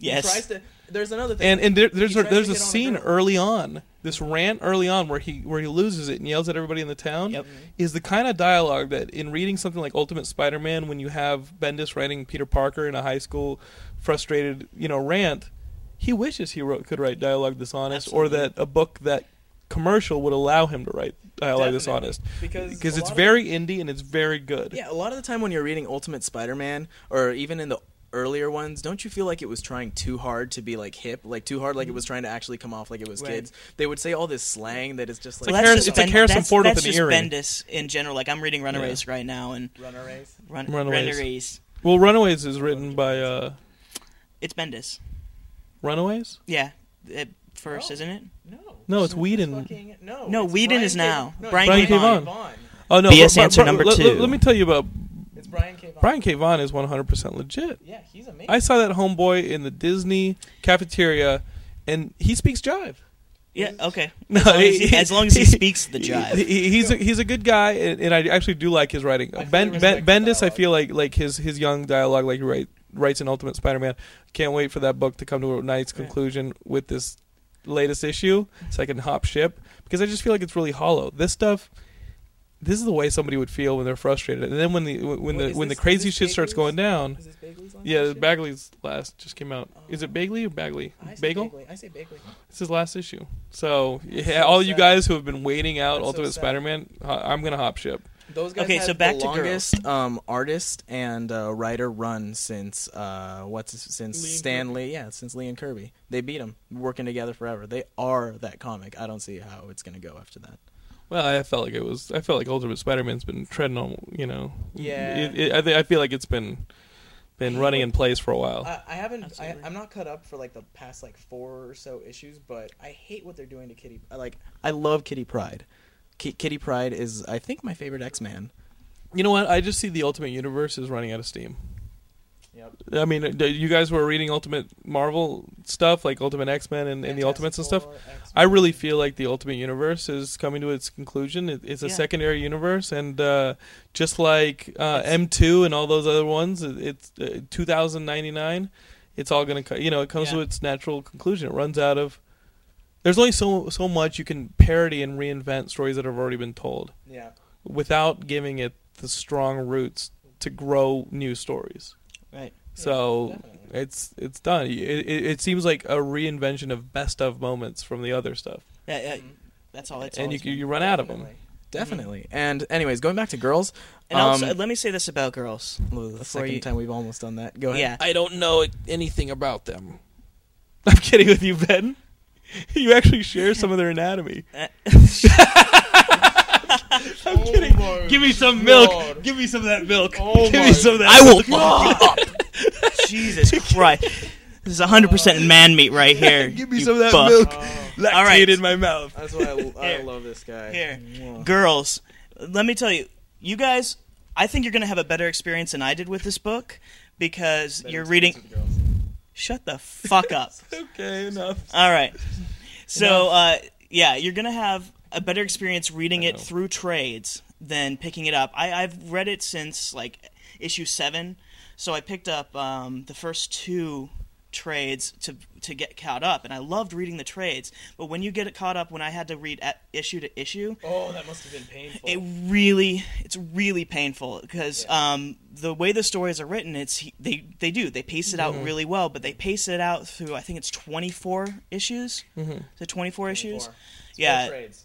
He tries to, there's another thing. And and there, there's He a, tries to there's a get on scene early on, this rant early on where he where he loses it and yells at everybody in the town Mm-hmm. is the kind of dialogue that in reading something like Ultimate Spider-Man when you have Bendis writing Peter Parker in a high school frustrated, you know, rant, he wishes he wrote, could write dialogue this honest or that a book that commercial would allow him to write dialogue this Definitely, honest because a it's lot of- very indie and it's very good. Yeah, a lot of the time when you're reading Ultimate Spider-Man, or even in the earlier ones, don't you feel like it was trying too hard to be like hip, like too hard, like Mm. it was trying to actually come off like it was Right. kids? They would say all this slang that is just like Well, that's just Ben- that's- that's just Bendis in general. Like I'm reading Runaways right now, and Runaways, Run- Runaways. Runaways. Well, Runaways is written by uh, It's Bendis. Runaways. Oh. Yeah, It- first, isn't it? No, No, it's Whedon. no, no. Whedon is now Brian, Brian K. Vaughan. Oh no, BS but- but- answer but number let- two. Let, let me tell you about. It's Brian K. Vaughan. Brian K. Vaughan is 100 percent legit. Yeah, he's amazing. I saw that homeboy in the Disney cafeteria, and he speaks jive. Yeah, okay. As long as he- as long as he speaks the jive. he- he's a, he's a good guy, and, and I actually do like his writing. Ben, ben Bendis, I feel like like his his young dialogue, like he write, writes in Ultimate Spider-Man. Can't wait for that book to come to a nice conclusion with this latest issue, so I can hop ship because I just feel like it's really hollow. This stuff. This is the way somebody would feel when they're frustrated, and then when the when Wait, the is when this- the is crazy this shit starts going down. Is this Bagley's last yeah, Bagley's last just came out. Is it Bagley or Bagley? I say Bagel. Bagley. I say Bagley. It's his last issue. So, That's yeah, so all you sad. guys who have been waiting out That's so Ultimate sad. Spider-Man, ho- I'm gonna hop ship. Those guys Okay, had so back the to girls. longest um, artist and uh, writer run since uh, what's his- since Lee and Stan Lee, yeah, since Lee and Kirby. They beat him, working together forever. They are that comic. I don't see how it's gonna go after that. Well, I felt like it was. I felt like Ultimate Spider-Man's been treading on. You know. Yeah. It, it, I, thi- I feel like it's been been running in place for a while. I, I haven't. I, I'm not cut up for like the past like four or so issues, but I hate what they're doing to Kitty. I Like I love Kitty Pride. Ki- Kitty Pride is, I think, my favorite X-Man. you know what? I just see the Ultimate Universe is running out of steam. Yep. I mean, uh, you guys were reading Ultimate Marvel stuff, like Ultimate X Men and, and the Ultimates and stuff. I really feel like the Ultimate Universe is coming to its conclusion. It, it's a Yeah. secondary universe, and uh, just like uh, M2 and all those other ones, it, it's uh, 2099. It's all going to, co- you know, it comes Yeah. to its natural conclusion. It runs out of. There's only so so much you can parody and reinvent stories that have already been told. Yeah. Without giving it the strong roots to grow new stories. Right. So it's it's done. It, it, it seems like a reinvention of best of moments from the other stuff, Yeah, yeah, Mm-hmm. that's all. That's and all you it's you been. run out of them. Definitely. And anyways, going back to girls. And also, um, let me say this about girls. the before second you- time we've almost done that. Go ahead. Yeah. I don't know anything about them. I'm kidding with you, Ben. You actually share some of their anatomy. I'm kidding. Give me some milk. Give me some of that milk. Give me some of that. I will milk. lock up. Jesus Christ. This is Uh, 100% man meat right here. Give me you some of that buck. milk. All Lactate right. in my mouth. That's why I, I love this guy. Here. Girls, let me tell you, you guys, I think you're going to have a better experience than I did with this book because you're reading. Shut the fuck up. okay, enough. All right. So, uh, yeah, you're going to have a better experience reading it through trades than picking it up. I, I've read it since, like, issue seven. So I picked up um, the first two trades to to get caught up, and I loved reading the trades. But when you get it caught up, when I had to read at issue to issue, Oh, that must have been painful. it really it's really painful because um, the way the stories are written it's they they do they pace it out Mhm. really well but they pace it out through i think it's 24 issues Mhm. so 24, issues Spare yeah trades.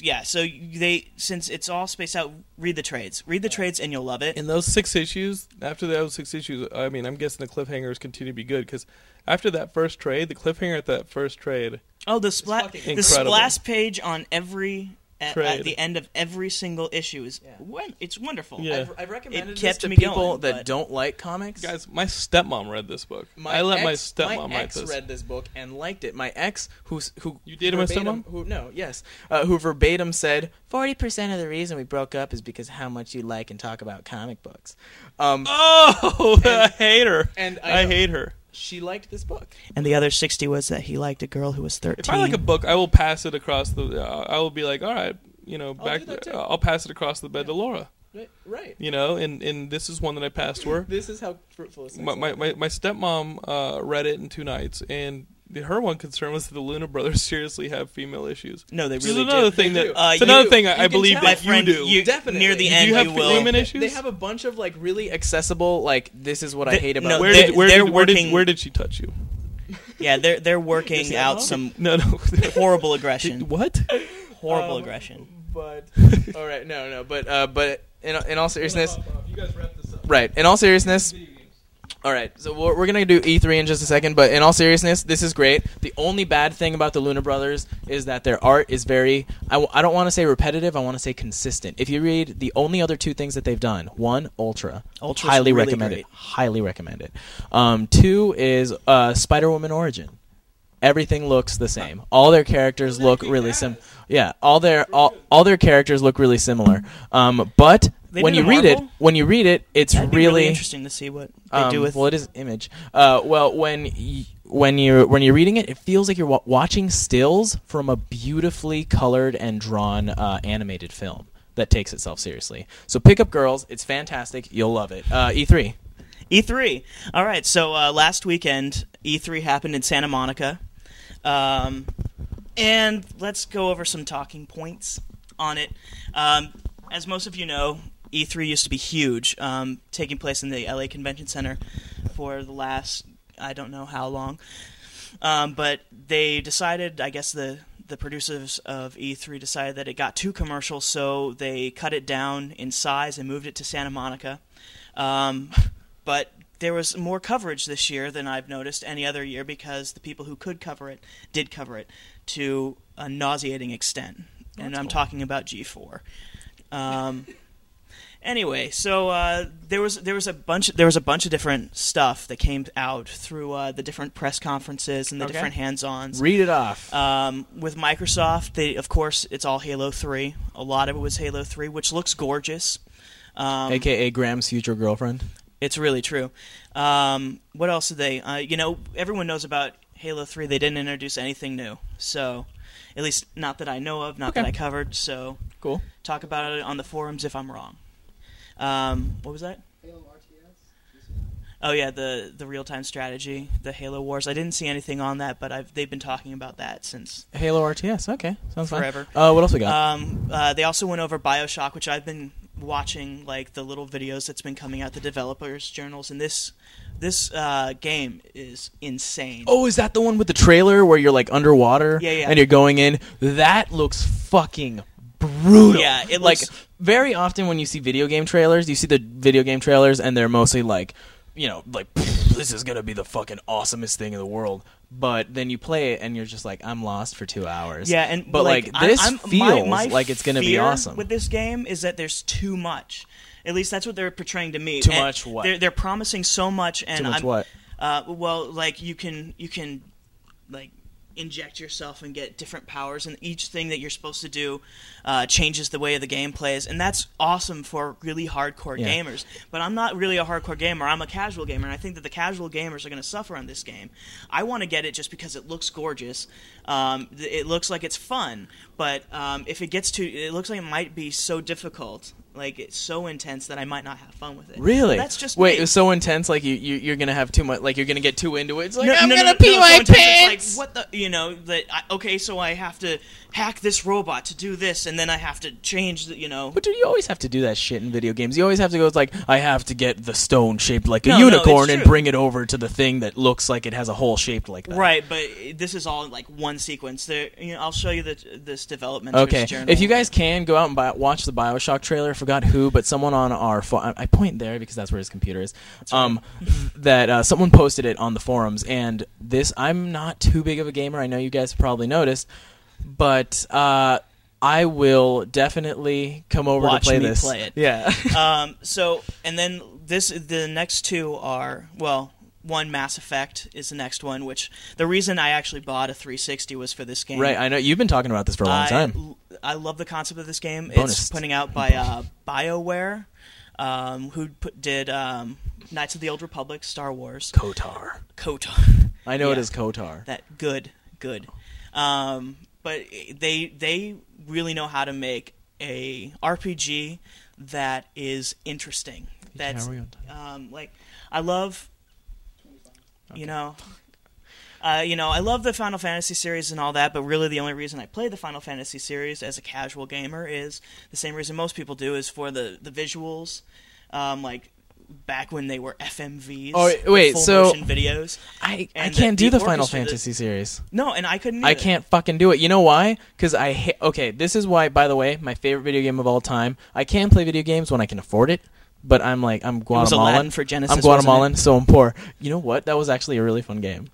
yeah so you- they since it's all spaced out read the trades read the trades and you'll love it in those six issues after those six issues i mean i'm guessing the cliffhangers continue to be good because after that first trade the cliffhanger at that first trade oh the splat fucking the incredible. splash page on every at, Trade. at the end of every single issue is won- it's wonderful Yeah. I've, I've recommended it this kept to me people going, that but- don't like comics. guys my stepmom read this book i let my ex- stepmom my write ex this read this book and liked it. My ex, who's who, you dated my verbatim, Who, no, yes, uh, who verbatim said forty percent of the reason we broke up is because how much you like and talk about comic books. Um, oh, I hate her. And I hate her. She liked this book. and the other 60 was that he liked a girl who was 13 if i like a book i will pass it across the uh, i will be like all right you know back uh, I'll, pass it across the bed to laura Right, right. you know and and this is one that i passed to her This is how fruitful. Sex my, my, my, my stepmom uh, read it in two nights, and the, her one concern was that the Luna brothers seriously have female issues. No, they Which really is another do. thing They that do. Uh, it's you another do. thing I, I You can believe tell. that My friend, you do. you- Definitely. near the end, you have you will. women They- issues. They have a bunch of like really accessible like this is what I They- hate about. no, where they- did, where, they're did, where, did, working- where did she touch you? yeah they're they're working that out long? some No, no. horrible aggression what horrible Um, aggression But all right, no, no, but uh, but in in all seriousness, You guys wrap this up. right? In all seriousness, All right, so we're, we're gonna do E3 in just a second, but in all seriousness, this is great. The only bad thing about the Luna Brothers is that their art is very, I, w- I don't want to say repetitive, I want to say consistent. If you read the only other two things that they've done, one, Ultra. Ultra's Highly really recommend great. it. Highly recommend it. Um, two is uh, Spider Woman Origin. Everything looks the same. All their characters look really sim. Yeah, all their all, all their characters look really similar. Um, but They when did you a read it, Marvel? when you read it, it's That'd be really, Um, really interesting to see what they do with- Well, it is image. Uh, well, when y- when you when you're reading it, it feels like you're wa- watching stills from a beautifully colored and drawn uh, animated film that takes itself seriously. So pick up Girls. It's fantastic. You'll love it. Uh, E3. E3. All right. So uh, last weekend, E3 happened in Santa Monica, um, and let's go over some talking points on it. Um, as most of you know, E3 used to be huge, um, taking place in the LA Convention Center for the last I don't know how long. Um, but they decided, I guess the the producers of E3 decided that it got too commercial, so they cut it down in size and moved it to Santa Monica. Um, but there was more coverage this year than I've noticed any other year because the people who could cover it did cover it to a nauseating extent, Oh, and that's I'm cool. talking about G4. Um, anyway, so uh, there was there was a bunch there was a bunch of different stuff that came out through uh, the different press conferences and the Okay. different hands-ons. Read it off. Um, with Microsoft, they of course it's all Halo Three. A lot of it was Halo Three, which looks gorgeous. Um, AKA Graham's future girlfriend. it's really true. Um, what else did they? Uh, you know, everyone knows about Halo Three. They didn't introduce anything new, so at least not that I know of, not that I covered. So cool. Talk about it on the forums if I'm wrong. Um, what was that? Oh yeah, the the real time strategy, the Halo Wars. I didn't see anything on that, but I've they've been talking about that since Halo RTS. Okay, sounds fine. forever. Uh, what else we got? Um, uh, they also went over Bioshock, which I've been watching like the little videos that's been coming out, the developers journals, and this this uh, game is insane. oh, is that the one with the trailer where you're like underwater Yeah, yeah. and you're going in? That looks fucking brutal. Yeah, it like looks- very often when you see video game trailers, you see the video game trailers and they're mostly like, you know, like this is gonna be the fucking awesomest thing in the world. But then you play it and you're just like, I'm lost for two hours. Yeah, and but like, I- this I'm- my- feels my like it's gonna be fear awesome. With this game, is that there's too much. At least that's what they're portraying to me. Too And much what? They're, they're promising so much, and Too much I'm, what? Uh, well, like you can you can like inject yourself and get different powers, and each thing that you're supposed to do uh, changes the way the game plays, and that's awesome for really hardcore Yeah. gamers. But I'm not really a hardcore gamer. I'm a casual gamer, and I think that the casual gamers are going to suffer on this game. I want to get it just because it looks gorgeous. Um, th- it looks like it's fun, but um, if it gets to, it looks like it might be so difficult. Like it's so intense that I might not have fun with it. Really? That's just wait. me. It was so intense. Like you, you, you're gonna have too much. Like you're gonna get too into it. It's like No, I'm no, no, gonna no, pee no, my so intense, it's pants. Like what the? You know that? I, okay, so I have to hack this robot to do this, and then I have to change. The, you know. But dude, you always have to do that shit in video games. You always have to go. It's like I have to get the stone shaped like a No, no, it's unicorn and true. bring it over to the thing that looks like it has a hole shaped like that. Right, but this is all like one sequence. There, you know, I'll show you the, this development. Okay, journal. if you guys can go out and buy, watch the Bioshock trailer, I forgot who, but someone on our fo- I I point there because that's where his computer is. Um, that uh, someone posted it on the forums, and this I'm not too big of a gamer. I know you guys probably noticed, but uh, I will definitely come over watch to play me this. play it. Yeah. um. So, and then this, the next two are well, one Mass Effect is the next one, which the reason I actually bought a 360 was for this game. Right, I know you've been talking about this for a long I time. l- I love the concept of this game. Bonus. It's putting out by uh, BioWare, um, who put, did um, Knights of the Old Republic, Star Wars, Kotar, Kotar. I know it is Kotar. That good, good. Um, but they they really know how to make a RPG that is interesting. That's how are we on um, like I love, you know. Uh, you know, I love the Final Fantasy series and all that, but really the only reason I play the Final Fantasy series as a casual gamer is the same reason most people do is for the the visuals, um, like back when they were FMVs. Oh, wait, wait, full so- motion videos. I, I And can't do the Final orchestra- Fantasy series. No, and I couldn't. I either. can't fucking do it. You know why? Because I ha- okay. This is why. By the way, my favorite video game of all time. I can play video games when I can afford it. but I'm like I'm was Aladdin Guatemalan for Genesis, I'm wasn't it? Guatemalan, so I'm poor. You know what? That was actually a really fun game.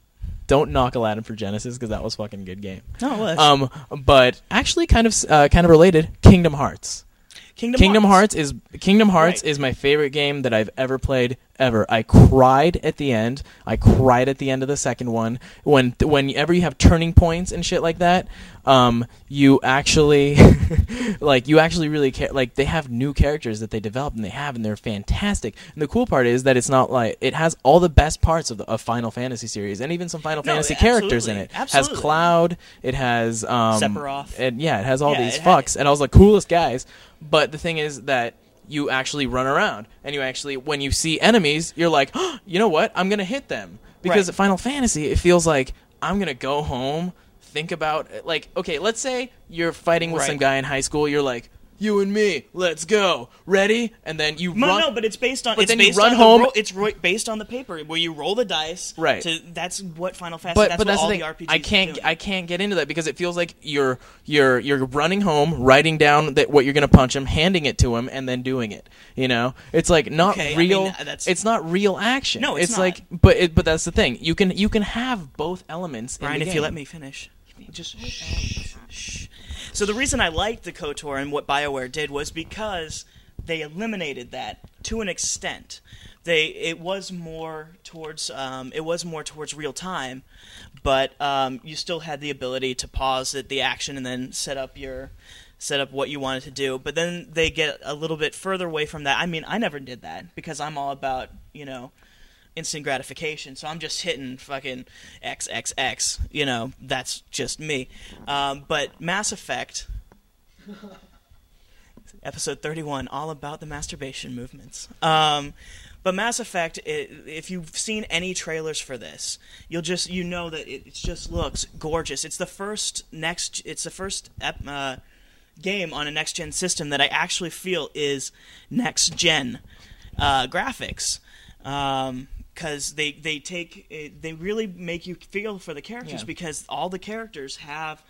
Don't knock Aladdin for Genesis because that was a fucking good game. No, it was. Um, but actually, kind of uh, kind of related, Kingdom Hearts. Kingdom Hearts. is Kingdom Hearts is my favorite game that I've ever played ever. I cried at the end. I cried at the end of the second one when whenever you have turning points and shit like that. Um, you actually like you actually really care. Like they have new characters that they develop and they have and they're fantastic. And the cool part is that it's not like it has all the best parts of the of Final Fantasy series and even some Final No, Fantasy characters in absolutely, it. absolutely. Has Cloud. It has um, Sephiroth. And yeah, it has all Yeah, these it had- fucks. And I was like, coolest guys. But the thing is that you actually run around and you actually, when you see enemies, you're like, "Oh, you know what? I'm going to hit them. Because Right. at Final Fantasy, it feels like I'm going to go home, think about, like, okay, let's say you're fighting with Right. some guy in high school. You're like, you and me, let's go. Ready? And then you No, run. no, but it's based on. But it's then you based run on home- The ro- it's ro- based on the paper where you roll the dice. Right. To, that's what Final Fantasy. but that's but what that's all the thing. the RPGs. I can't I can't get into that because it feels like you're you're you're running home, writing down that what you're gonna punch him, handing it to him, and then doing it. You know, it's like not Okay, I real. mean, uh, that's- It's not real action. No, it's not. like but it, but that's the thing. You can you can have both elements. Brian, in the if you game. let me finish, just shh. So the reason I liked the KOTOR and what BioWare did was because they eliminated that to an extent. They it was more towards um, it was more towards real time, but um, you still had the ability to pause at the action and then set up your set up what you wanted to do. But then they get a little bit further away from that. I mean, I never did that because I'm all about you know instant gratification. So I'm just hitting fucking X X X. You know, that's just me. Um, but Mass Effect, episode 31, all about the masturbation movements. Um, but Mass Effect, i if you've seen any trailers for this, you'll just you know that it, it just looks gorgeous. It's the first next. It's the first. Ep, uh, game on a next gen system that I actually feel is next gen uh, graphics because they they take it, they really make you feel for the characters Yeah. because all the characters have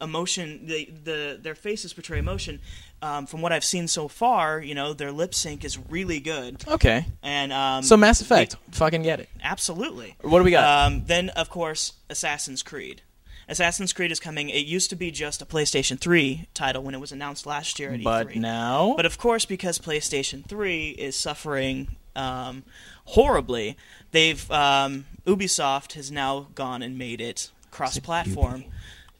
emotion they the their faces portray emotion um, from what I've seen so far you know their lip sync is really good Okay. and um, so Mass Effect, fucking get it. Absolutely. What do we got? Um, then, of course, Assassin's Creed. Assassin's Creed is coming. It used to be just a PlayStation 3 title when it was announced last year at E But E3. now- But of course, because PlayStation 3 is suffering um, horribly, they've um, Ubisoft has now gone and made it cross-platform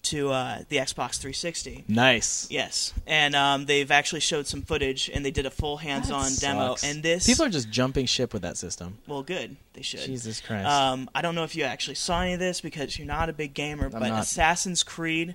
to uh, the Xbox 360. Nice. Yes, and um, they've actually showed some footage, and they did a full hands-on That demo. sucks. And this people are just jumping ship with that system. well, good. They should. Jesus Christ. Um, I don't know if you actually saw any of this because you're not a big gamer, but not. Assassin's Creed,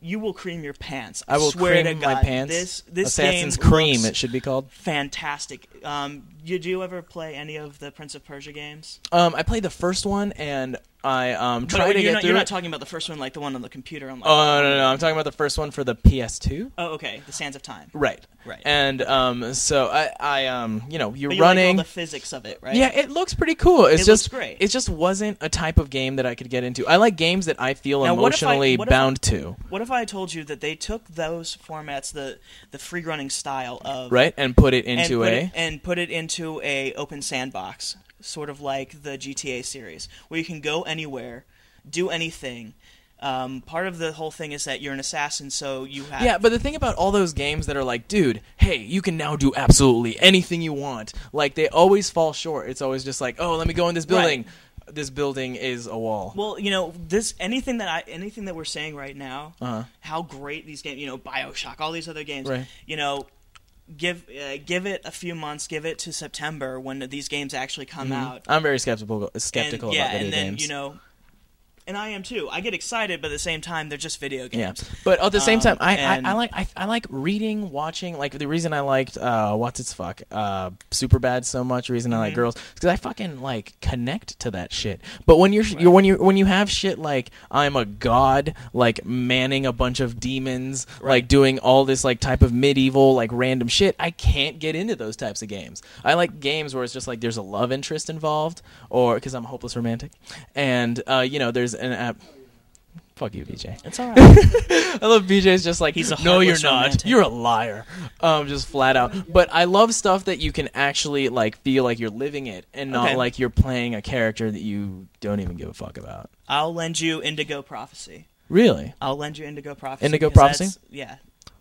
you will cream your pants. I will swear cream to my God, pants. This this Assassin's game Cream, looks it should be called. fantastic. Um, you do you ever play any of the Prince of Persia games? Um, I played the first one and I um But tried to you're get not, through You're not it. talking about the first one, like the one on the computer. I'm like, Oh no, no, no! I'm talking about the first one for the PS2. oh, okay, The Sands of Time. Uh, Right. Right. And um, so I, I um, you know, you're But you like all running. the physics of it, right? Yeah, it looks pretty cool. It's It looks just great. It just wasn't a type of game that I could get into. I like games that I feel Now, what if I- emotionally what if I- bound to, What if I told you that they took those formats, the the free running style of right? And put it and into put a. it- and put it into a open sandbox, sort of like the GTA series, where you can go anywhere, do anything. Um, part of the whole thing is that you're an assassin, so you have Yeah, but the thing about all those games that are like, dude, hey, you can now do absolutely anything you want. Like they always fall short. It's always just like, oh, let me go in this building. This building is a wall. Well, you know, this anything that I anything that we're saying right now, Uh-huh. how great these games, you know, BioShock, all these other games, Right. you know, give uh, give it a few months, give it to September when these games actually come Mhm. out. I'm very skeptical skeptical and, yeah, about video and then games. you know, and I am too. I get excited, but at the same time, they're just video Yeah, games. but at the same Um, time, I, and- I, I like I, I like reading, watching. Like the reason I liked uh, what's its fuck, uh, super bad so much. the Reason I like Mhm. girls because I fucking like connect to that shit. But when you're, you're when you when you have shit like I'm a god, like manning a bunch of demons, like doing all this like type of medieval like random shit, I can't get into those types of games. I like games where it's just like there's a love interest involved, or because I'm a hopeless romantic, and uh, you know there's an. Uh, Fuck you, BJ. It's all right. I love BJ's just like He's a no, you're heartless not. romantic." You're a liar. Um, just flat out. But I love stuff that you can actually like feel like you're living it, and not Okay. like you're playing a character that you don't even give a fuck about. I'll lend you Indigo Prophecy. Really? I'll lend you Indigo Prophecy. Indigo because Prophecy? that's- Yeah.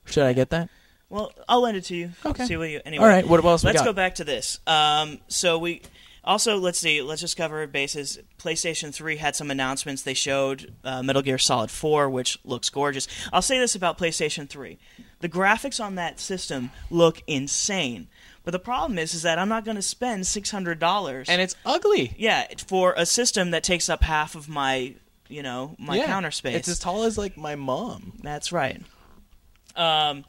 Should I get that? Well, I'll lend it to you. Okay. See what you. Anyway. All right, what else we Let's got? go back to this. Um, so we also let's see. Let's just cover bases. PlayStation Three had some announcements. They showed uh, Metal Gear Solid Four, which looks gorgeous. I'll say this about PlayStation Three: the graphics on that system look insane. But the problem is, is that I'm not going to spend six hundred dollars, and it's ugly. Yeah, for a system that takes up half of my, you know, my Yeah, counter space. It's as tall as like my mom. That's right. Um,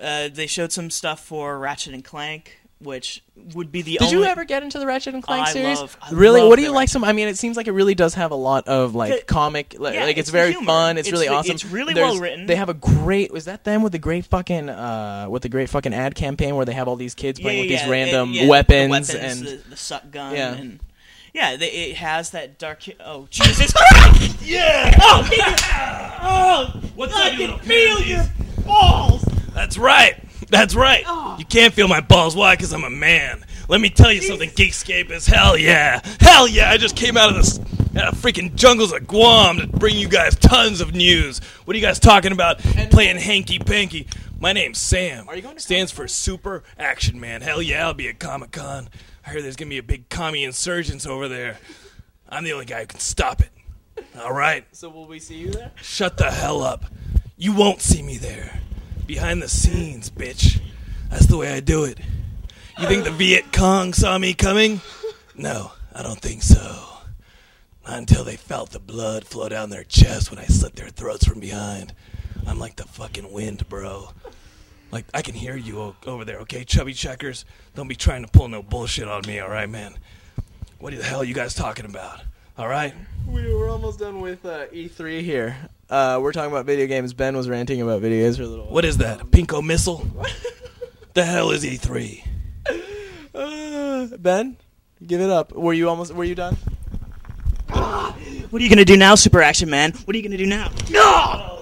uh, they showed some stuff for Ratchet and Clank, which would be the Did only. you ever get into the Ratchet and Clank I series? love- I really? love what do you the like? Some? I mean, it seems like it really does have a lot of like The- comic. Like, yeah, like, it's it's the very humor. fun. It's, It's really the- awesome. it's really There's- well written. They have a great. Was that them with the great fucking uh with the great fucking ad campaign where they have all these kids Yeah, playing with yeah, these yeah, random yeah, the weapons, weapons, and the, the suck gun, Yeah. and yeah, they, it has that dark. hu- Oh Jesus Christ! yeah. Oh, yeah! oh, what's I can feel your balls. That's right. That's right. You can't feel my balls. Why? Because I'm a man. Let me tell you something, Geekscape is hell yeah. Hell yeah. I just came out of this out of freaking jungles of Guam to bring you guys tons of news. What are you guys talking about? Playing hanky panky. My name's Sam. Are you going to Stands for Super Action Man. Hell yeah, I'll be at Comic Con. I hear there's going to be a big commie insurgence over there. I'm the only guy who can stop it. All right. So will we see you there? Shut the hell up. You won't see me there. Behind the scenes, bitch. That's the way I do it. You think the Viet Cong saw me coming? No, I don't think so. Not until they felt the blood flow down their chest when I slit their throats from behind. I'm like the fucking wind, bro. Like, I can hear you o- over there, okay, chubby checkers? Don't be trying to pull no bullshit on me, alright, man? What the hell are you guys talking about? Alright? We were almost done with uh, E3 here. Uh, we're talking about video games. Ben was ranting about video games for a little. while. What is that? A pinko missile? the hell is E E3? Uh, ben, give it up. Were you almost? Were you done? What are you gonna do now, Super Action Man? What are you gonna do now? No!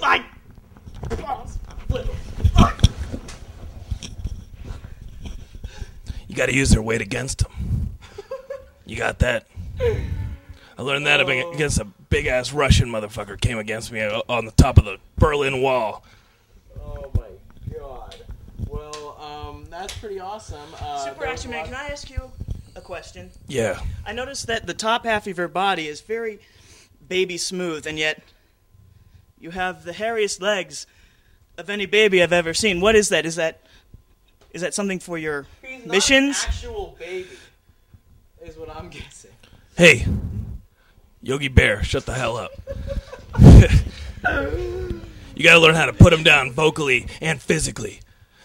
I. You gotta use their weight against them. You got that? I learned that ab- against a big ass Russian motherfucker came against me o- on the top of the Berlin Wall. Oh God. Well, um, that's pretty awesome. Uh, Super Action Man, can I ask you a question? Yeah. I noticed that the top half of your body is very baby smooth, and yet you have the hairiest legs of any baby I've ever seen. What is that? Is that is that something for your missions? actual baby is what I'm guessing. Hey, Yogi Bear, shut the hell up. you gotta learn how to put them down vocally and physically.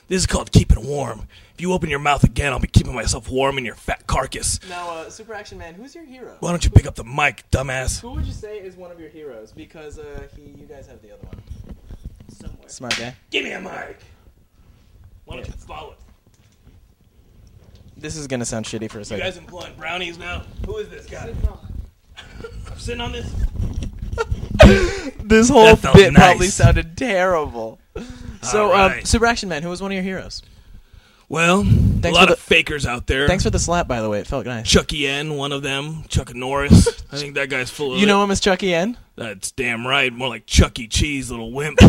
This is called keeping warm. If you open your mouth again, I'll be keeping myself warm in your fat carcass. Now, uh, Super Action Man, who's your hero? Why don't you pick up the mic, dumbass? Who would you say is one of your heroes? Because uh, he, you guys have the other one. Somewhere. Smart guy. Give me a mic. Why don't you follow it? This is gonna sound shitty for a You second. guys employing brownies now? Who is this guy? I'm sitting on this. this whole That felt bit probably nice. sounded terrible. So, um, Alright. Super Action Man, who was one of your heroes? Well, a Thanks lot for of fakers out there. Thanks for the slap, by the way. It felt nice. Chucky N, one of them. Chuck Norris. I think that guy's full of. You know it. him as Chucky N? That's damn right. More like Chuck E. Cheese, little wimp.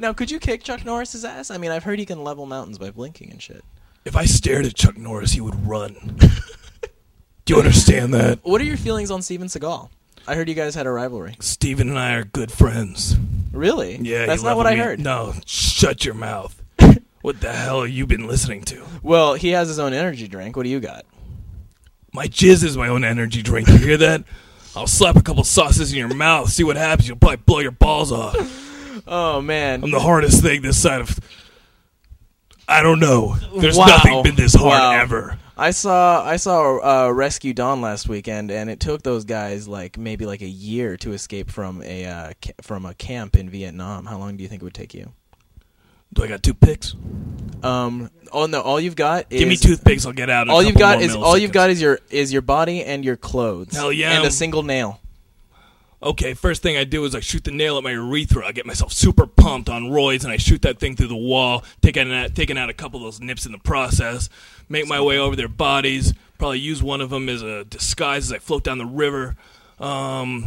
Now, could you kick Chuck Norris's ass? I mean, I've heard he can level mountains by blinking and shit. if I stared at Chuck Norris, he would run. Do you understand that? What are your feelings on Steven Seagal? I heard you guys had a rivalry. Steven and I are good friends. Really? Yeah, you That's not love what I me- heard. No, shut your mouth. what the hell have you been listening to? Well, he has his own energy drink. What do you got? My jizz is my own energy drink. You hear that? I'll slap a couple sauces in your mouth, see what happens. You'll probably blow your balls off. Oh man, I'm the hardest thing this side of. I don't know. There's Wow. nothing been this hard Wow. ever. I saw I saw uh, Rescue Dawn last weekend, and it took those guys like maybe like a year to escape from a uh, ca- from a camp in Vietnam. How long do you think it would take you? Do I got two picks? Um. Oh no! All you've got is Give me toothpicks, I'll get out in a all you've couple got more is all you've milliseconds. got is your is your body and your clothes. Hell yeah. And a single nail. Okay, first thing I do is I shoot the nail at my urethra. I get myself super pumped on roids, and I shoot that thing through the wall, taking out, taking out a couple of those nips in the process. Make my way over their bodies. Probably use one of them as a disguise as I float down the river. Um,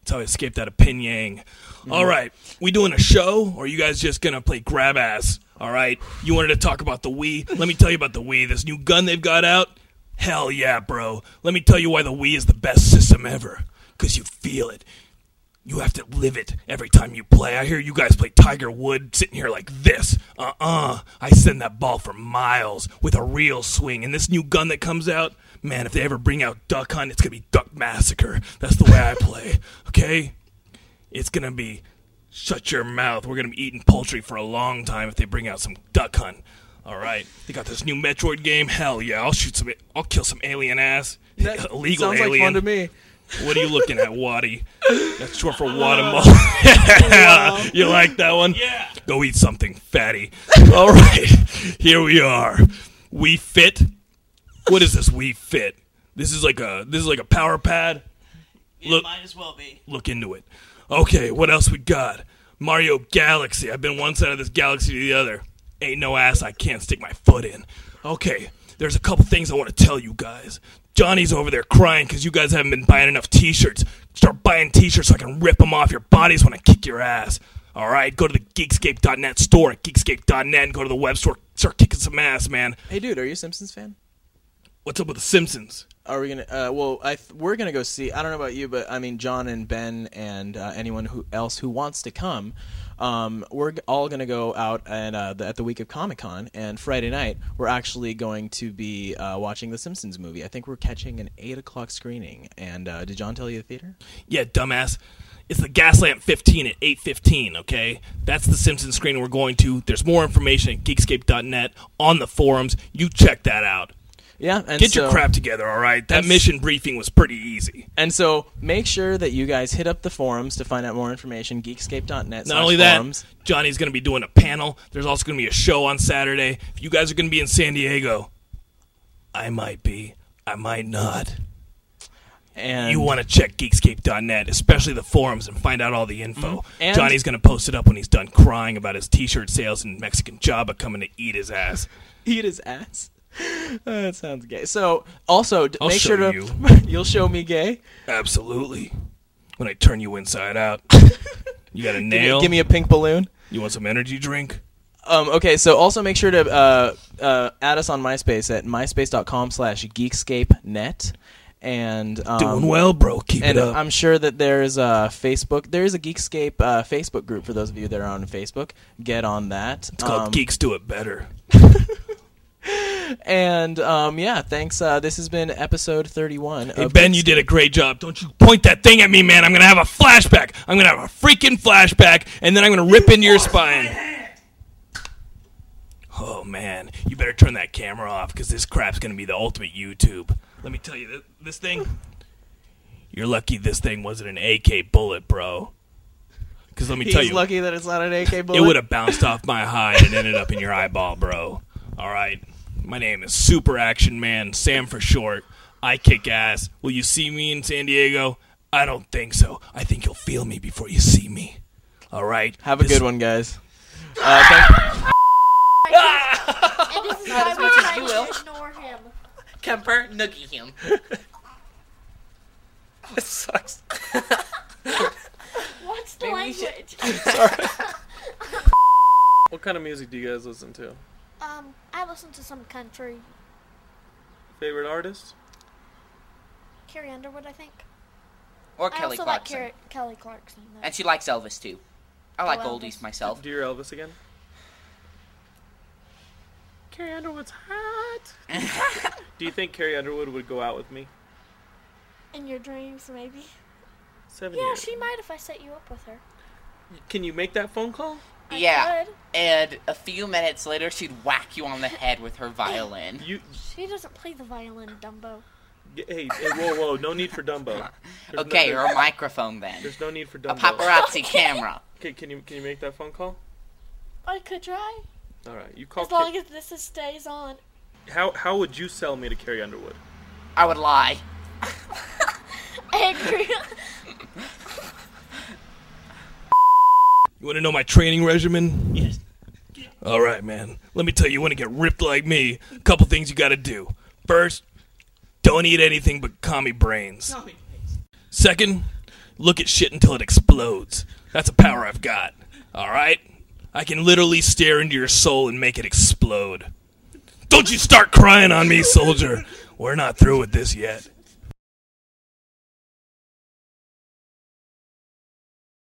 that's how I escaped out of Pinyang. All right, we doing a show, or are you guys just gonna play grab ass? All right, you wanted to talk about the Wii. Let me tell you about the Wii. This new gun they've got out. Hell yeah, bro. Let me tell you why the Wii is the best system ever. Cause you feel it. You have to live it every time you play. I hear you guys play Tiger Wood sitting here like this. Uh uh I send that ball for miles with a real swing. And this new gun that comes out, man, if they ever bring out Duck Hunt, it's gonna be Duck Massacre. That's the way I play. Okay? It's gonna be shut your mouth. We're gonna be eating poultry for a long time if they bring out some Duck Hunt. All right, they got this new Metroid game. Hell yeah, I'll shoot some. I'll kill some alien ass. That Illegal sounds like alien. fun to me. What are you looking at, Waddy? That's short for Wadamall. you like that one? Yeah. Go eat something, fatty. All right, here we are. We fit. What is this? We fit. This is like a this is like a power pad. Look, might as well be. Look into it. Okay, what else we got? Mario Galaxy. I've been one side of this galaxy to the other. Ain't no ass I can't stick my foot in. Okay, there's a couple things I want to tell you guys. Johnny's over there crying because you guys haven't been buying enough t shirts. Start buying t shirts so I can rip them off your bodies when I kick your ass. All right, go to the geekscape.net store at geekscape.net and go to the web store. Start kicking some ass, man. Hey, dude, are you a Simpsons fan? What's up with The Simpsons? Are we gonna? Uh, well, I th- we're gonna go see. I don't know about you, but I mean, John and Ben and uh, anyone who else who wants to come, um, we're g- all gonna go out and uh, the, at the week of Comic Con and Friday night. We're actually going to be uh, watching the Simpsons movie. I think we're catching an eight o'clock screening. And uh, did John tell you the theater? Yeah, dumbass. It's the Gaslamp 15 at 8:15. Okay, that's the Simpson screen we're going to. There's more information at Geekscape.net on the forums. You check that out. Yeah, and get your so- crap together. All right, that That's- mission briefing was pretty easy. And so make sure that you guys hit up the forums to find out more information. Geekscape.net. Not slash only that, forums. Johnny's going to be doing a panel. There's also going to be a show on Saturday. If you guys are going to be in San Diego, I might be. I might not. And you want to check Geekscape.net, especially the forums, and find out all the info. Mhm. And- Johnny's going to post it up when he's done crying about his T-shirt sales and Mexican Jabba coming to eat his ass. eat his ass. that sounds gay. So also d- I'll make show sure to you. will show me gay. Absolutely. When I turn you inside out, you got a Give me- nail. give me a pink balloon. You want some energy drink? Um, okay, so also make sure to uh, uh, add us on MySpace at myspace.com slash geekscape.net. And um, Doing well, bro. Keep it and up. I'm sure that there is a Facebook. There is a Geekscape uh, Facebook group for those of you that are on Facebook. Get on that. Um, It's called Geeks Do It Better. And um, yeah, thanks. Uh, this has been episode 31. Hey of Ben, you did a great job. Don't you point that thing at me, man. I'm gonna have a flashback. I'm gonna have a freaking flashback, and then I'm gonna rip into your spine. Oh man, you better turn that camera off because this crap's gonna be the ultimate YouTube. Let me tell you, th- this thing. You're lucky this thing wasn't an AK bullet, bro. Because let me He's tell you, lucky that it's not an AK bullet. it would have bounced off my hide and ended up in your eyeball, bro. All right. My name is Super Action Man, Sam for short. I kick ass. Will you see me in San Diego? I don't think so. I think you'll feel me before you see me. All right. Have a This- good one, guys. Uh, thank- And this is Not why as we much as try you to will. ignore him. Kemper, noogie him. That sucks. What's the Maybe we language? should- What kind of music do you guys listen to? um, I listen to some country. Favorite artist? Carrie Underwood, I think. Or I Kelly also like Clarkson. Carrie, Kelly Clarkson. though. and she likes Elvis too. I like Oh, oldies myself. Do your Elvis again? Carrie Underwood's hot. Do you think Carrie Underwood would go out with me? In your dreams, maybe. Seven Yeah, years. she might if I set you up with her. Can you make that phone call? yeah. could. And a few minutes later, she'd whack you on the head with her violin. You. She doesn't play the violin, Dumbo. Hey, hey, whoa, whoa! No need for Dumbo. There's Okay, no- or a microphone then. There's no need for A Dumbo. paparazzi camera. Okay, can you can you make that phone call? I could try. All right, you call. As long as this is, stays on. How how would you sell me to Carrie Underwood? I would lie. Angry. You want to know my training regimen? Yes. All right, man. Let me tell you, you want to get ripped like me, a couple things you got to do. First, don't eat anything but commie brains. Second, look at shit until it explodes. That's a power I've got. All right? I can literally stare into your soul and make it explode. Don't you start crying on me, soldier. We're not through with this yet.